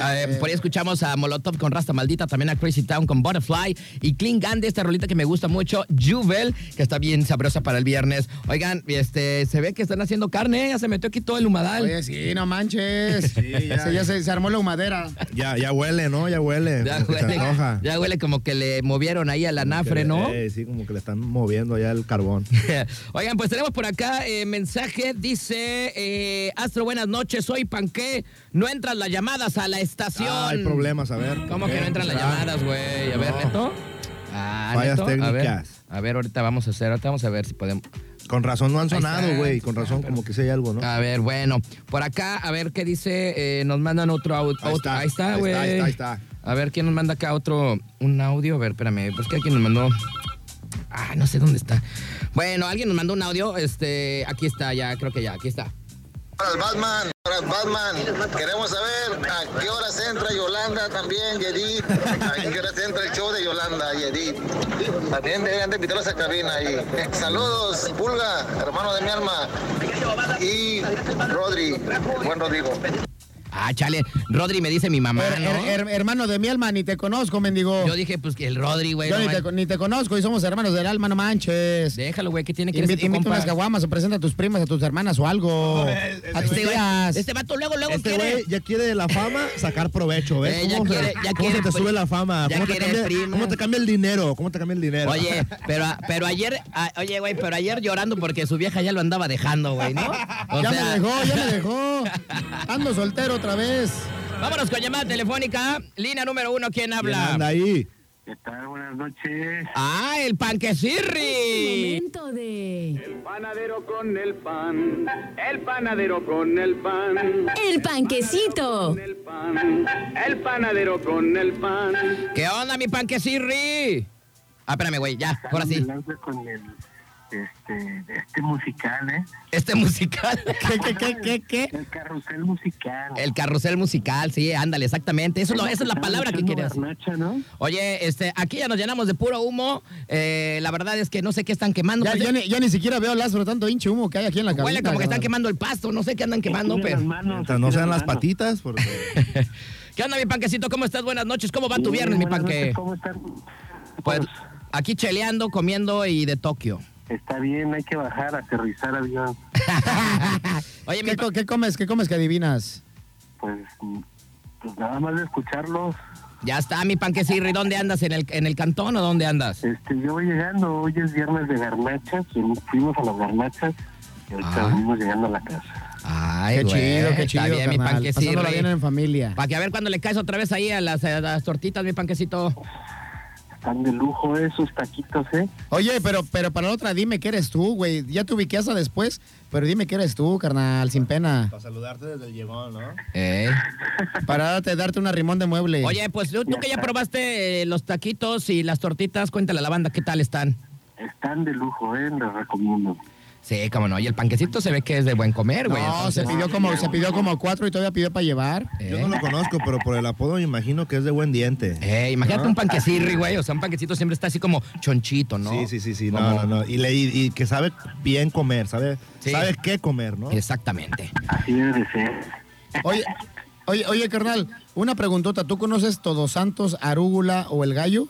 [SPEAKER 3] Eh, por ahí escuchamos a Molotov con Rasta Maldita, también a Crazy Town con Butterfly y Klingan de esta rolita que me gusta mucho, Jubel, que está bien sabrosa para el viernes. Oigan, este, se ve que están haciendo carne, ya se metió aquí todo el humadal.
[SPEAKER 1] Oye, sí, no manches.
[SPEAKER 7] Sí, ya.
[SPEAKER 1] Se- ya se, se armó la humadera.
[SPEAKER 7] Ya, ya huele, ¿no? Ya huele.
[SPEAKER 3] Ya
[SPEAKER 7] como que se
[SPEAKER 3] huele,
[SPEAKER 7] antoja.
[SPEAKER 3] ya huele como que le movieron ahí al anafre, ¿no?
[SPEAKER 7] Eh, sí, como que le están moviendo ya el carbón.
[SPEAKER 3] Oigan, pues tenemos por acá eh, mensaje, dice eh, Astro, buenas noches, soy Panqué, no entran las llamadas a la estación.
[SPEAKER 7] Ah, hay problemas, a ver.
[SPEAKER 3] ¿Cómo que no entran las
[SPEAKER 7] Ah,
[SPEAKER 3] llamadas, güey? A ver,
[SPEAKER 7] no.
[SPEAKER 3] Neto. Ah,
[SPEAKER 7] Fallas
[SPEAKER 3] Neto, A ver,
[SPEAKER 7] técnicas.
[SPEAKER 3] a ver, ahorita vamos a hacer, ahorita vamos a ver si podemos.
[SPEAKER 7] Con razón no han
[SPEAKER 3] Ahí
[SPEAKER 7] sonado,
[SPEAKER 3] está.
[SPEAKER 7] güey. Con
[SPEAKER 1] pues,
[SPEAKER 7] razón como que sí hay algo, ¿no?
[SPEAKER 3] A ver, bueno, por acá, a ver qué dice, eh, nos mandan otro audio.
[SPEAKER 7] Ahí está,
[SPEAKER 3] Ahí está,
[SPEAKER 7] ahí
[SPEAKER 3] güey.
[SPEAKER 7] está, ahí está, ahí está.
[SPEAKER 3] A ver, ¿quién nos manda acá otro, un audio? A ver, espérame, pues que alguien nos mandó... Ah, no sé dónde está. Bueno, alguien nos mandó un audio, este, aquí está, ya, creo que ya, aquí está.
[SPEAKER 10] Horas Batman, horas Batman, queremos saber a qué horas entra Yolanda también, Yedid. A qué horas entra el show de Yolanda, Yedid. También deberían de invitarlos a cabina ahí. Saludos, Pulga, hermano de mi alma. Y Rodri, buen Rodrigo.
[SPEAKER 3] Ah, chale, Rodri me dice mi mamá,
[SPEAKER 1] Her-
[SPEAKER 3] ¿no?
[SPEAKER 1] her- her- hermano de mi alma, ni te conozco, mendigo.
[SPEAKER 3] Yo dije, pues que el Rodri, güey.
[SPEAKER 1] Yo
[SPEAKER 3] no
[SPEAKER 1] ni te,
[SPEAKER 3] man-
[SPEAKER 1] ni te conozco y somos hermanos del alma, no manches.
[SPEAKER 3] Déjalo, güey, que tiene que
[SPEAKER 1] Invita,
[SPEAKER 3] decir tu
[SPEAKER 1] invita
[SPEAKER 3] compa?
[SPEAKER 1] unas caguamas o presenta a tus primas, a tus hermanas o algo. a tus
[SPEAKER 3] Este güey-
[SPEAKER 1] tías.
[SPEAKER 3] este vato luego, luego
[SPEAKER 7] Este
[SPEAKER 3] quiere...
[SPEAKER 7] güey ya quiere de la fama sacar provecho, ¿ves?
[SPEAKER 3] Eh, ya
[SPEAKER 7] ¿Cómo, se-
[SPEAKER 3] quiere- ya
[SPEAKER 7] cómo
[SPEAKER 3] quiere
[SPEAKER 7] se te
[SPEAKER 3] pri-
[SPEAKER 7] sube la fama?
[SPEAKER 3] ya
[SPEAKER 7] ¿Cómo te,
[SPEAKER 3] quiere
[SPEAKER 7] cambia,
[SPEAKER 3] prima.
[SPEAKER 7] ¿Cómo te cambia el dinero? ¿Cómo te cambia el dinero?
[SPEAKER 3] Oye, pero, pero ayer, ah, oye, güey, pero ayer llorando porque su vieja ya lo andaba dejando, güey, ¿no? O
[SPEAKER 1] ya
[SPEAKER 3] sea-
[SPEAKER 1] me dejó, ya me dejó. Ando soltero otra vez.
[SPEAKER 3] Vámonos con llamada telefónica. Línea número uno, ¿quién
[SPEAKER 7] ¿Quién
[SPEAKER 3] habla?
[SPEAKER 7] anda ahí?
[SPEAKER 2] ¿Qué tal? Buenas noches.
[SPEAKER 3] Ah, el panquecirri.
[SPEAKER 11] Momento de
[SPEAKER 2] Panadero con el pan, el panadero con el pan,
[SPEAKER 11] El Panquecito.
[SPEAKER 2] el panadero con el pan.
[SPEAKER 3] ¿Qué onda, mi panquecirri? Ah, espérame, güey, ya, ahora sí.
[SPEAKER 2] Con el, este, este musical, ¿eh?
[SPEAKER 3] Este musical.
[SPEAKER 1] ¿Qué, qué, qué, qué, qué?
[SPEAKER 2] El carrusel musical.
[SPEAKER 3] El carrusel musical, sí, ándale, exactamente. Eso lo- esa es la palabra que quería decir.
[SPEAKER 2] Garnacha, ¿no?
[SPEAKER 3] Oye, este, aquí ya nos llenamos de puro humo. Eh, la verdad es que no sé qué están quemando.
[SPEAKER 1] Ya,
[SPEAKER 3] pero
[SPEAKER 1] ya ni, ya ni siquiera veo Lázaro tanto hinche humo que hay aquí en la cabina.
[SPEAKER 3] Huele como que están
[SPEAKER 1] carnal.
[SPEAKER 3] quemando el pasto, no sé qué andan quemando,
[SPEAKER 2] Estira las
[SPEAKER 3] pero...
[SPEAKER 2] manos,
[SPEAKER 7] Mientras no
[SPEAKER 2] estira
[SPEAKER 7] sean las
[SPEAKER 2] manos.
[SPEAKER 7] patitas, porque...
[SPEAKER 3] ¿Qué onda, mi panquecito? ¿Cómo estás? Buenas noches. ¿Cómo va tu
[SPEAKER 2] Sí,
[SPEAKER 3] viernes, mi
[SPEAKER 2] buenas
[SPEAKER 3] panque?
[SPEAKER 2] noches, ¿Cómo están?
[SPEAKER 3] Pues aquí cheleando, comiendo y de Tokio.
[SPEAKER 2] Está bien, hay que bajar, aterrizar avión.
[SPEAKER 3] Oye, mi
[SPEAKER 1] ¿Qué, co- qué comes? ¿Qué comes que adivinas?
[SPEAKER 2] Pues, mm, pues nada más de escucharlos.
[SPEAKER 3] Ya está, mi panquecirri. ¿Dónde andas? ¿En el, en el cantón o dónde andas?
[SPEAKER 2] Este, yo voy llegando, hoy es viernes de garnachas, eh, fuimos- fuimos a las garnachas y ahorita
[SPEAKER 3] Ah.
[SPEAKER 2] venimos llegando a la casa.
[SPEAKER 3] Ay,
[SPEAKER 1] qué chido, qué chido,
[SPEAKER 3] Está bien, mi
[SPEAKER 1] carnal. Pasándola bien
[SPEAKER 3] panquecirri.
[SPEAKER 1] en familia.
[SPEAKER 3] Para que a ver cuando le caes otra vez ahí a las, a las tortitas, mi panquecito.
[SPEAKER 2] Están de lujo esos taquitos, ¿eh?
[SPEAKER 1] Oye, pero, pero para la otra dime que eres tú, güey. Ya te ubiqué hasta después, pero dime que eres tú, carnal, sin pena.
[SPEAKER 7] Para saludarte desde el llegón, ¿no?
[SPEAKER 3] Eh.
[SPEAKER 1] Para darte, darte una rimón de mueble.
[SPEAKER 3] Oye, pues tú, tú que ya probaste eh, los taquitos y las tortitas, cuéntale a la banda qué tal están.
[SPEAKER 2] Están de lujo, ¿eh? Les recomiendo.
[SPEAKER 3] Sí, cómo no. Y el panquecito se ve que es de buen comer, güey.
[SPEAKER 1] no, se
[SPEAKER 3] entonces-
[SPEAKER 1] pidió como, se pidió como cuatro y todavía pidió para llevar.
[SPEAKER 7] Yo no lo conozco, pero por el apodo me imagino que es de buen diente.
[SPEAKER 3] Eh, imagínate
[SPEAKER 7] ¿No?
[SPEAKER 3] un panquecirri,
[SPEAKER 1] Ah.
[SPEAKER 3] güey. O sea, un panquecito siempre está así como chonchito, ¿no?
[SPEAKER 7] Sí, sí, sí, sí. No,
[SPEAKER 3] Como-
[SPEAKER 7] no, no. Y, le- y- y que sabe bien comer, sabe,
[SPEAKER 3] Sí.
[SPEAKER 7] sabe qué comer, ¿no?
[SPEAKER 3] Exactamente.
[SPEAKER 2] Así debe de ser.
[SPEAKER 1] Oye, oye, oye, carnal, una preguntota. ¿Tú conoces Todos Santos, Arúgula o El Gallo?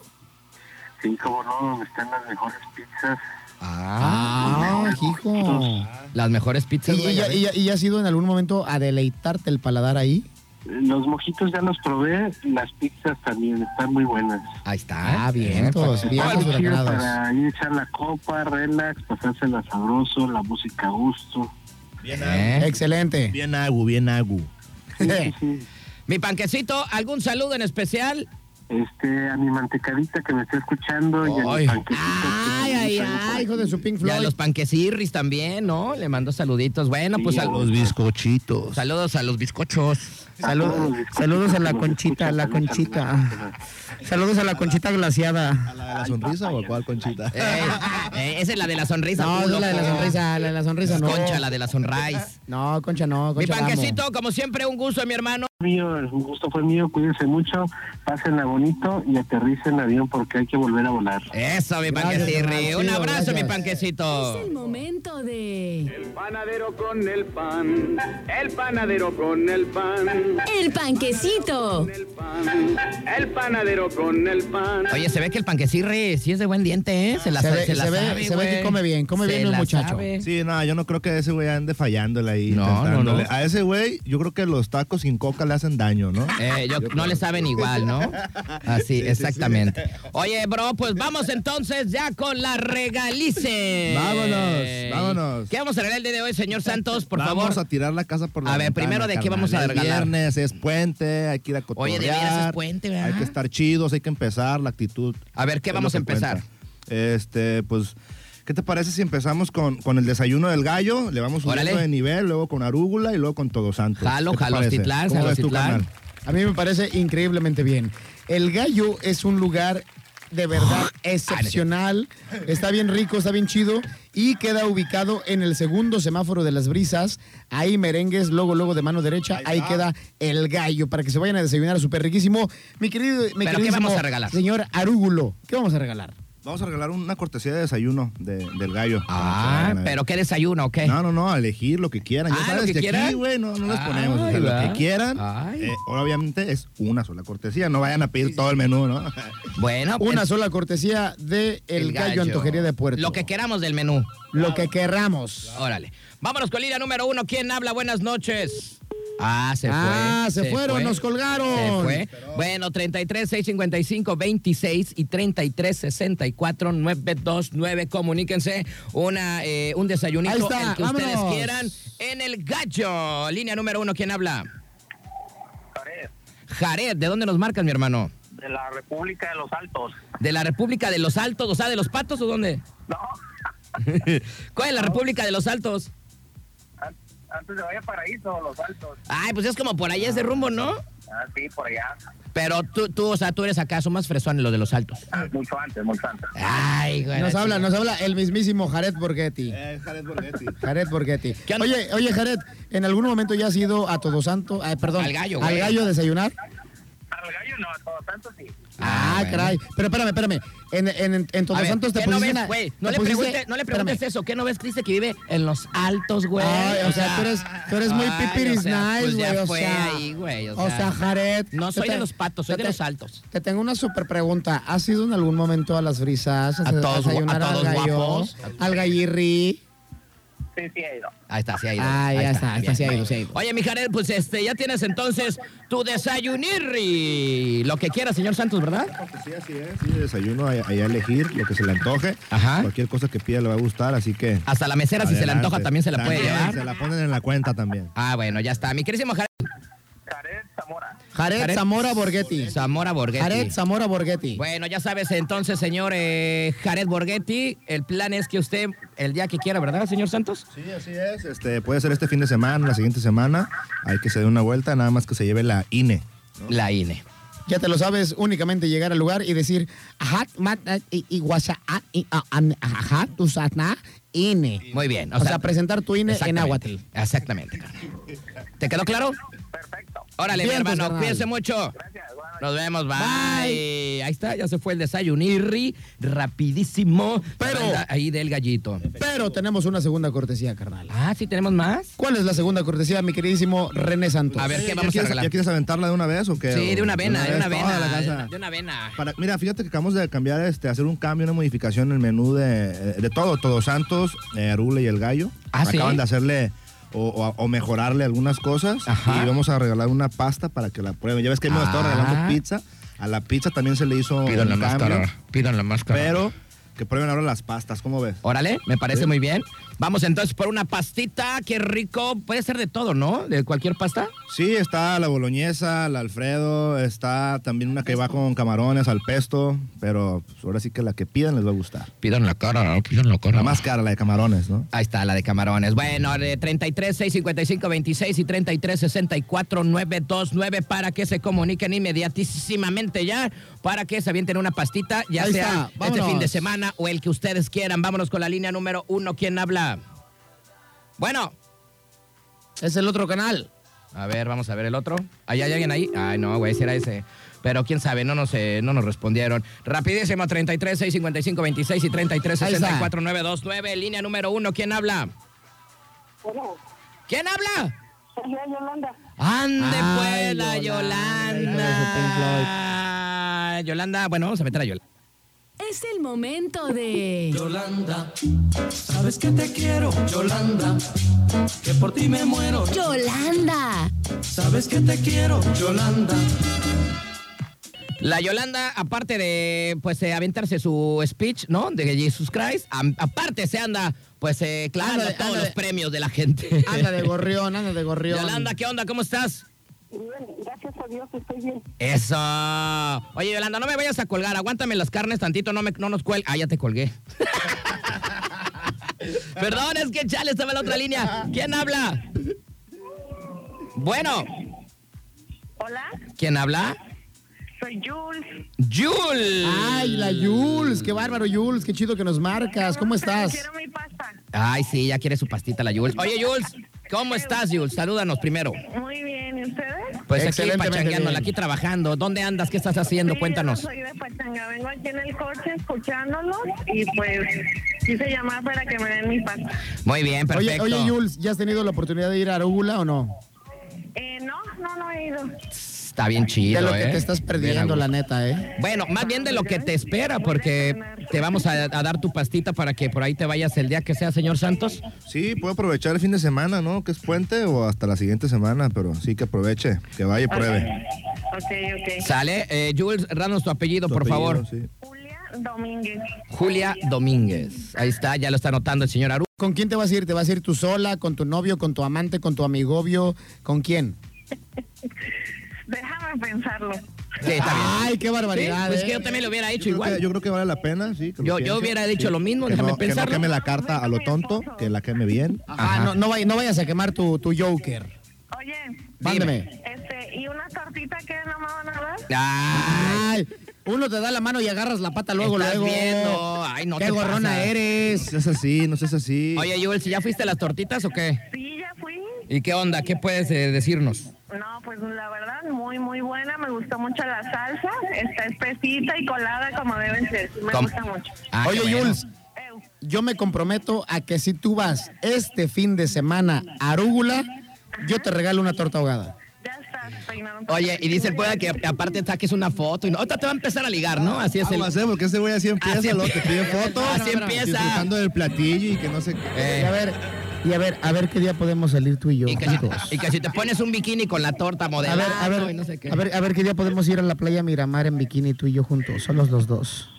[SPEAKER 2] Sí, como no, donde están las mejores pizzas.
[SPEAKER 1] Ah, hijo.
[SPEAKER 3] Ah, Las mejores
[SPEAKER 1] ¿Y,
[SPEAKER 3] pizzas,
[SPEAKER 1] y,
[SPEAKER 3] güey. a
[SPEAKER 1] ya-
[SPEAKER 3] ver.
[SPEAKER 1] y ya- y ya has ido en algún momento a deleitarte el paladar ahí?
[SPEAKER 2] Los mojitos ya los probé, las pizzas también están muy buenas.
[SPEAKER 3] Ahí está.
[SPEAKER 1] Ah, bien, todos,
[SPEAKER 3] pues.
[SPEAKER 1] bien.
[SPEAKER 3] Órale.
[SPEAKER 1] Los
[SPEAKER 2] Algo chido
[SPEAKER 1] huracanados.
[SPEAKER 2] para ir a echar la copa, relax, pasársela sabroso, la música a gusto.
[SPEAKER 7] Bien
[SPEAKER 3] Eh.
[SPEAKER 1] Excelente.
[SPEAKER 7] Bien agu, bien agu.
[SPEAKER 2] Sí, sí, sí.
[SPEAKER 3] Mi panquecito, ¿algún saludo en especial?
[SPEAKER 2] Este, a mi mantecadita que me está escuchando y a
[SPEAKER 3] Ay.
[SPEAKER 2] mi panquecito.
[SPEAKER 1] Ay, ay, ay, hijo de su Pink
[SPEAKER 3] Y a
[SPEAKER 1] Floyd.
[SPEAKER 3] los panquecirris también, ¿no? Le mando saluditos. Bueno,
[SPEAKER 2] Sí,
[SPEAKER 3] pues
[SPEAKER 2] a
[SPEAKER 3] sal-
[SPEAKER 2] los
[SPEAKER 7] bizcochitos.
[SPEAKER 3] saludos a los bizcochos.
[SPEAKER 1] Saludos, saludos a la conchita, a la conchita. Saludos a la conchita glaciada.
[SPEAKER 7] ¿La de la sonrisa o cuál, Conchita?
[SPEAKER 3] Eh, eh, esa es la de la sonrisa.
[SPEAKER 1] No,
[SPEAKER 3] tú,
[SPEAKER 1] no, la de la
[SPEAKER 3] loco.
[SPEAKER 1] sonrisa, la de la sonrisa no.
[SPEAKER 3] Concha, la de la sunrise.
[SPEAKER 1] No, concha no,
[SPEAKER 3] Mi
[SPEAKER 1] concha la amo.
[SPEAKER 3] panquecito, como siempre, un gusto, mi hermano.
[SPEAKER 2] mío, el gusto fue mío, cuídense mucho, pásenla bonito y aterricen avión porque hay que volver a volar.
[SPEAKER 3] Eso, mi panquecirri. Un abrazo, mi panquecito.
[SPEAKER 11] El momento de.
[SPEAKER 12] El panadero con el pan, el panadero con el pan,
[SPEAKER 11] El panquecito.
[SPEAKER 12] el panadero con el pan.
[SPEAKER 3] Oye, se ve que el panquecirri sí es de buen diente, ¿eh? Se la,
[SPEAKER 1] Se
[SPEAKER 3] sa-
[SPEAKER 1] ve-
[SPEAKER 3] se la
[SPEAKER 1] se ve-
[SPEAKER 3] sabe,
[SPEAKER 1] se ve que
[SPEAKER 3] güey.
[SPEAKER 1] come bien, come
[SPEAKER 3] Se
[SPEAKER 1] bien el
[SPEAKER 3] la
[SPEAKER 1] muchacho.
[SPEAKER 3] sabe.
[SPEAKER 7] Sí, no, yo no creo que ese güey ande fallándole ahí.
[SPEAKER 3] No, no,
[SPEAKER 7] intentándole.
[SPEAKER 3] no.
[SPEAKER 7] A ese güey, yo creo que los tacos sin coca le hacen daño, ¿no?
[SPEAKER 3] Eh, yo- no le saben igual, ¿no? Así, exactamente. Oye, bro, pues vamos entonces ya con la regalice.
[SPEAKER 7] Vámonos, vámonos.
[SPEAKER 3] ¿Qué vamos a regalar el día de hoy, señor Santos? Por
[SPEAKER 7] vamos
[SPEAKER 3] favor.
[SPEAKER 7] a tirar la casa por la
[SPEAKER 3] A ver,
[SPEAKER 7] ventana,
[SPEAKER 3] primero, ¿de qué
[SPEAKER 7] carnal.
[SPEAKER 3] vamos a
[SPEAKER 7] Es
[SPEAKER 3] regalar?
[SPEAKER 7] viernes, es puente, hay que ir a cotorrear.
[SPEAKER 3] Oye, de veras es puente, ¿verdad?
[SPEAKER 7] Hay que estar chidos, hay que empezar, la actitud.
[SPEAKER 3] A ver, ¿qué
[SPEAKER 7] es
[SPEAKER 3] vamos
[SPEAKER 7] lo
[SPEAKER 3] a
[SPEAKER 7] que
[SPEAKER 3] empezar?
[SPEAKER 7] cuenta. Este, pues, ¿qué te parece si empezamos con, con el desayuno del gallo? Le vamos subiendo
[SPEAKER 3] Órale.
[SPEAKER 7] de nivel, luego con arúgula y luego con todo santo.
[SPEAKER 3] Jalo,
[SPEAKER 7] ¿Qué te parece?
[SPEAKER 3] jalostitlán,
[SPEAKER 7] ¿Cómo ves tú,
[SPEAKER 3] jalostitlán.
[SPEAKER 7] carnal?
[SPEAKER 1] A mí me parece increíblemente bien. El gallo es un lugar de
[SPEAKER 3] Ah,
[SPEAKER 1] verdad excepcional. Está bien rico, está bien chido y queda ubicado en el segundo semáforo de las brisas. Ahí merengues, luego, luego de mano derecha. Ahí, queda el gallo para que se vayan a desayunar súper riquísimo. Mi querido, mi
[SPEAKER 3] ¿Pero qué
[SPEAKER 1] queridísimo
[SPEAKER 3] vamos a regalar?
[SPEAKER 1] Señor Arúgulo, ¿qué vamos a regalar?
[SPEAKER 7] Vamos a regalar una cortesía de desayuno de- del gallo.
[SPEAKER 3] Ah, pero ¿qué desayuno o qué?
[SPEAKER 7] No, no, no, a elegir lo que quieran. Ya
[SPEAKER 3] Ah,
[SPEAKER 7] sabes
[SPEAKER 3] lo que
[SPEAKER 7] que
[SPEAKER 3] quieran.
[SPEAKER 7] aquí, güey, no, no les
[SPEAKER 3] Ay,
[SPEAKER 7] ponemos. o sea,
[SPEAKER 3] ¿verdad?
[SPEAKER 7] lo que quieran.
[SPEAKER 3] Ay.
[SPEAKER 7] eh, obviamente es una sola cortesía. No vayan a pedir todo el menú, ¿no?
[SPEAKER 3] Bueno,
[SPEAKER 1] Una
[SPEAKER 3] pues,
[SPEAKER 1] sola cortesía de El, gallo, Antojería de Puerto.
[SPEAKER 3] Lo que queramos del menú.
[SPEAKER 1] Lo que querramos.
[SPEAKER 3] Órale. Vámonos con línea número uno. ¿Quién habla? Buenas noches. Ah, se fue.
[SPEAKER 1] Ah, se fueron, nos
[SPEAKER 3] Se
[SPEAKER 1] colgaron.
[SPEAKER 3] fue. Bueno, 33 655 26 y 33 64 929. Comuníquense una, eh, un desayunito
[SPEAKER 1] Ahí está,
[SPEAKER 3] el que ustedes
[SPEAKER 1] vámonos.
[SPEAKER 3] quieran en el gallo. Línea número uno, ¿quién habla? Jared, ¿de dónde nos marcas, mi hermano?
[SPEAKER 8] de la República de los Altos.
[SPEAKER 3] ¿De la República de los Altos? O sea, ¿de los patos o dónde?
[SPEAKER 8] No,
[SPEAKER 3] ¿Cuál es la República de los Altos?
[SPEAKER 8] antes de Valle Paraíso, los Altos.
[SPEAKER 3] Ay, pues es como por allá ese rumbo, ¿no?
[SPEAKER 8] Ah, sí, por allá.
[SPEAKER 3] Pero tú, tú, o sea, tú eres acá, son más fresones los de los altos.
[SPEAKER 8] Ah, mucho antes, mucho antes.
[SPEAKER 3] Ay, güey.
[SPEAKER 1] Nos habla, nos habla el mismísimo Jared Borghetti.
[SPEAKER 3] Eh,
[SPEAKER 1] Jared Borghetti. Oye, oye, Jared, ¿en algún momento ya has ido a Todo Santo? Ay, perdón,
[SPEAKER 3] Al gallo, güey.
[SPEAKER 1] al gallo a desayunar?
[SPEAKER 8] Al gallo no, a todo tanto sí.
[SPEAKER 1] Ah, caray. Pero espérame, espérame. En, en, en Todos
[SPEAKER 3] A ver,
[SPEAKER 1] Santos te
[SPEAKER 3] ¿qué no
[SPEAKER 1] pusiste.
[SPEAKER 3] ves,
[SPEAKER 1] una-
[SPEAKER 3] güey? No,
[SPEAKER 1] te
[SPEAKER 3] le
[SPEAKER 1] pusiste-
[SPEAKER 3] preguntes- no le preguntes
[SPEAKER 1] espérame.
[SPEAKER 3] eso. ¿Qué no ves, Cristian, que vive en los altos, güey?
[SPEAKER 1] Ay, o sea, tú eres, tú eres muy
[SPEAKER 3] Ay,
[SPEAKER 1] pipiris
[SPEAKER 3] o sea,
[SPEAKER 1] nice,
[SPEAKER 3] pues
[SPEAKER 1] güey.
[SPEAKER 3] ya
[SPEAKER 1] o
[SPEAKER 3] fue
[SPEAKER 1] sea,
[SPEAKER 3] ahí, güey, o
[SPEAKER 1] o
[SPEAKER 3] sea.
[SPEAKER 1] sea, Jared.
[SPEAKER 3] No soy
[SPEAKER 1] yo
[SPEAKER 3] de los patos, soy
[SPEAKER 1] yo
[SPEAKER 3] de los altos.
[SPEAKER 1] Te tengo una super pregunta. ¿Has ido en algún momento a las brisas?
[SPEAKER 3] A todos gu- a
[SPEAKER 1] desayunar
[SPEAKER 3] todos
[SPEAKER 1] al gallo,
[SPEAKER 3] guapos.
[SPEAKER 1] Al gallirri.
[SPEAKER 8] Sí, sí, he ido.
[SPEAKER 3] Ahí está, sí ha ido.
[SPEAKER 1] Ah, ya está,
[SPEAKER 3] ahí
[SPEAKER 1] está, sí ha ido, sí ha ido.
[SPEAKER 3] Oye, mi Jared, pues este, ya tienes entonces tu desayunirri. Lo que quieras, señor Santos, ¿verdad?
[SPEAKER 7] Sí, así es. Sí, desayuno, ahí ahí a elegir lo que se le antoje.
[SPEAKER 3] Ajá.
[SPEAKER 7] Cualquier cosa que pida le va a gustar, así que.
[SPEAKER 3] Hasta la mesera, si se le
[SPEAKER 7] adelante.
[SPEAKER 3] antoja, también se la puede
[SPEAKER 7] También,
[SPEAKER 3] llevar.
[SPEAKER 7] Se la ponen en la cuenta también.
[SPEAKER 3] Ah, bueno, ya está. Mi querísimo Jared.
[SPEAKER 1] Jared,
[SPEAKER 3] Jared
[SPEAKER 1] Zamora Borghetti.
[SPEAKER 3] Zamora Borghetti.
[SPEAKER 1] Jared Zamora Borghetti.
[SPEAKER 3] Bueno, ya sabes entonces, señor eh, Jared Borghetti, el plan es que usted, el día que quiera, ¿verdad, señor Santos?
[SPEAKER 7] Sí, así es. Este, puede ser este fin de semana, la siguiente semana. Hay que se dé una vuelta, nada más que se lleve la E. INE.
[SPEAKER 3] La E. INE.
[SPEAKER 1] Ya te lo sabes, únicamente llegar al lugar y decir, ajá, mat, eh, y- y guasa, ah, y, ah, am, ajá, tu satna, INE.
[SPEAKER 3] Muy bien.
[SPEAKER 1] O sea, presentar tu INE en
[SPEAKER 3] exactamente,
[SPEAKER 1] Aguatil.
[SPEAKER 3] Exactamente, carnal. ¿Te quedó claro? Perfecto. Órale, mi
[SPEAKER 1] Bien, pues,
[SPEAKER 3] hermano,
[SPEAKER 1] carnal.
[SPEAKER 3] cuídense mucho. Nos vemos, bye. Ahí está, ya se fue el desayunirri, rapidísimo.
[SPEAKER 1] Pero-
[SPEAKER 3] La banda Ahí del gallito.
[SPEAKER 1] Pero tenemos una segunda cortesía, carnal.
[SPEAKER 3] Ah, sí, tenemos más.
[SPEAKER 1] ¿Cuál es la segunda cortesía, mi queridísimo René Santos?
[SPEAKER 3] A ver, ¿qué
[SPEAKER 7] ¿Ya
[SPEAKER 3] vamos a
[SPEAKER 7] quieres-
[SPEAKER 3] regalar?
[SPEAKER 7] ¿Ya quieres aventarla de una vez o qué?
[SPEAKER 3] Sí, de una vena, de una
[SPEAKER 7] vez, toda la
[SPEAKER 3] vena.
[SPEAKER 7] casa.
[SPEAKER 3] de- De una vena.
[SPEAKER 7] Para- mira, fíjate que acabamos de cambiar, este, hacer un cambio, una modificación en el menú de, de todo, Todos Santos, eh, Arule y el Gallo.
[SPEAKER 3] Ah, ¿sí?
[SPEAKER 7] Acaban de hacerle o, o- o mejorarle algunas cosas.
[SPEAKER 3] Ajá.
[SPEAKER 7] Y vamos a regalar una pasta para que la prueben. Ya ves que hemos estado
[SPEAKER 3] Ah.
[SPEAKER 7] regalando pizza. A la pizza también se le hizo
[SPEAKER 3] Pidan
[SPEAKER 7] un
[SPEAKER 3] la
[SPEAKER 7] cambio,
[SPEAKER 3] máscara. Pidan la máscara.
[SPEAKER 7] Pero que prueben ahora las pastas, ¿cómo ves?
[SPEAKER 3] Órale, me parece
[SPEAKER 7] Sí.
[SPEAKER 3] muy bien. Vamos entonces por una pastita, qué rico. Puede ser de todo, ¿no? De cualquier pasta.
[SPEAKER 7] Sí, está la boloñesa, la Alfredo, está también una que va con camarones al pesto, pero pues, ahora sí que la que pidan les va a gustar.
[SPEAKER 3] Pidan la cara, pidan la cara.
[SPEAKER 7] La más cara, la de camarones, ¿no?
[SPEAKER 3] Ahí está, la de camarones. Bueno, de 33 655 26 y 33 64 929 para que se comuniquen inmediatísimamente ya, para que se avienten una pastita, ya
[SPEAKER 1] Ahí está,
[SPEAKER 3] sea este
[SPEAKER 1] vámonos.
[SPEAKER 3] fin de semana o el que ustedes quieran. Vámonos con la línea número uno. ¿Quién habla? Bueno,
[SPEAKER 1] Es el otro canal.
[SPEAKER 3] A ver, vamos a ver el otro. ¿Ahí hay alguien ahí? Ay, no, güey, será ese. Pero quién sabe, no nos, eh, no nos respondieron. Rapidísimo, 33, 655, 26 y 33,
[SPEAKER 13] Ahí está.
[SPEAKER 3] 64, 929. Línea número uno, ¿quién habla? ¿Quién habla?
[SPEAKER 13] Soy yo, Yolanda.
[SPEAKER 3] Ande pues la Yolanda. Yolanda, bueno, vamos a meter a Yolanda.
[SPEAKER 11] Es el momento de.
[SPEAKER 13] Yolanda, sabes que te quiero, Yolanda, que por ti me muero.
[SPEAKER 11] Yolanda.
[SPEAKER 13] Sabes que te quiero, Yolanda.
[SPEAKER 3] La Yolanda, aparte de pues eh, aventarse su speech, ¿no? De Jesus Christ, am- aparte se anda pues eh, clavando
[SPEAKER 1] Anda de-
[SPEAKER 3] todos
[SPEAKER 1] anda
[SPEAKER 3] los
[SPEAKER 1] de-
[SPEAKER 3] premios de la gente.
[SPEAKER 1] Anda de gorrión, anda de gorrión.
[SPEAKER 3] Yolanda, ¿qué onda? ¿Cómo estás?
[SPEAKER 13] Gracias a Dios estoy bien.
[SPEAKER 3] Eso. Oye, Yolanda, no me vayas a colgar. Aguántame las carnes tantito, no, me, no nos cuelgues. Ah, ya te colgué. Perdón, es que chale, estaba en la otra línea. ¿Quién habla? Bueno.
[SPEAKER 13] Hola.
[SPEAKER 3] ¿Quién habla?
[SPEAKER 13] Soy Jules.
[SPEAKER 3] Jules.
[SPEAKER 1] Ay, la Jules, qué bárbaro Jules, qué chido que nos marcas. ¿Cómo estás?
[SPEAKER 3] Ay, sí, ya quiere su pastita la Jules. Oye, Jules, ¿cómo estás, Jules? Salúdanos primero.
[SPEAKER 13] Muy bien, ¿y ustedes?
[SPEAKER 3] Pues aquí
[SPEAKER 13] Excelentemente
[SPEAKER 3] pachangueándola,
[SPEAKER 13] bien.
[SPEAKER 3] aquí trabajando. ¿Dónde andas? ¿Qué estás haciendo?
[SPEAKER 13] Sí,
[SPEAKER 3] Cuéntanos.
[SPEAKER 13] yo Soy de Pachanga, vengo aquí en el coche escuchándolos y pues quise llamar para que me den mi pasta.
[SPEAKER 3] Muy bien,
[SPEAKER 1] Oye,
[SPEAKER 3] perfecto.
[SPEAKER 1] oye, Jules, ¿ya has tenido la oportunidad de ir a Arugula o no?
[SPEAKER 13] Eh, no, no, no he ido.
[SPEAKER 3] Está bien chido,
[SPEAKER 1] De lo
[SPEAKER 3] ¿eh?
[SPEAKER 1] que te estás
[SPEAKER 3] Bien a
[SPEAKER 1] perdiendo, la neta, ¿eh?
[SPEAKER 3] Bueno, más bien de lo que te espera, porque te vamos a, a dar tu pastita para que por ahí te vayas el día que sea, señor Santos.
[SPEAKER 7] Sí, puede aprovechar el fin de semana, ¿no? Que es puente o hasta la siguiente semana, pero sí que aproveche, que vaya y pruebe.
[SPEAKER 13] Ok, ok.
[SPEAKER 3] Sale, eh, Jules, danos tu apellido, por
[SPEAKER 7] apellido,
[SPEAKER 3] favor.
[SPEAKER 13] Domínguez.
[SPEAKER 3] Julia Domínguez. Ahí está, ya lo está anotando el señor Aru.
[SPEAKER 1] ¿Con quién te vas a ir? ¿Te vas a ir tú sola, con tu novio, con tu amante, con tu amigovio? ¿Con quién?
[SPEAKER 13] Déjame pensarlo.
[SPEAKER 1] Ay, qué barbaridad.
[SPEAKER 3] Sí, pues
[SPEAKER 1] ¿eh?
[SPEAKER 3] que yo también lo hubiera hecho
[SPEAKER 7] Yo creo
[SPEAKER 3] igual.
[SPEAKER 7] que- yo creo que vale la pena, sí. que lo
[SPEAKER 3] Yo- yo
[SPEAKER 7] piense.
[SPEAKER 3] hubiera dicho lo mismo,
[SPEAKER 7] Que
[SPEAKER 3] déjame
[SPEAKER 7] no- Que
[SPEAKER 3] pensarlo.
[SPEAKER 7] no queme la carta a lo tonto, que la queme bien.
[SPEAKER 1] Ah, no, no, vay- no vayas a quemar tu, tu Joker.
[SPEAKER 13] Oye,
[SPEAKER 1] Mándeme.
[SPEAKER 13] este, ¿y una tortita que no me van a dar?
[SPEAKER 1] Ay, uno te da la mano y agarras la pata luego,
[SPEAKER 3] Estás
[SPEAKER 1] luego.
[SPEAKER 3] viendo. Ay, no
[SPEAKER 1] qué
[SPEAKER 3] te
[SPEAKER 1] gorrona
[SPEAKER 3] pasas.
[SPEAKER 1] eres.
[SPEAKER 7] No seas así, no seas así.
[SPEAKER 3] Oye, Jules, ¿ya fuiste a las tortitas o qué? Sí, ya fui. ¿Y qué onda? ¿Qué puedes eh, decirnos?
[SPEAKER 13] No, pues la verdad, muy, muy buena. Me gustó mucho la salsa. Está espesita y colada como debe ser. Me
[SPEAKER 1] Com-
[SPEAKER 13] gusta mucho.
[SPEAKER 3] Ah,
[SPEAKER 1] Oye, Jules, yo me comprometo a que si tú vas este fin de semana a Arúgula, yo te regalo una torta ahogada.
[SPEAKER 3] Oye, y dice el pueblo que aparte saques una foto. Y no, ahorita te va a empezar a ligar, ¿no? Así es el.
[SPEAKER 7] Aguas, ¿eh? porque ese güey así empieza,
[SPEAKER 3] Así
[SPEAKER 7] luego te pide
[SPEAKER 3] empieza.
[SPEAKER 7] fotos.
[SPEAKER 3] Así empieza.
[SPEAKER 7] Disfrutando del platillo y que no sé qué.
[SPEAKER 1] Y a ver, y a ver, a ver qué día podemos salir tú y yo.
[SPEAKER 3] Eh. Y que, si, y que si te pones un bikini con la torta
[SPEAKER 1] A
[SPEAKER 3] modelada
[SPEAKER 1] ver, a ver,
[SPEAKER 3] y no sé qué.
[SPEAKER 1] a ver, a ver qué día podemos ir a la playa Miramar en bikini tú y yo juntos, solos los dos.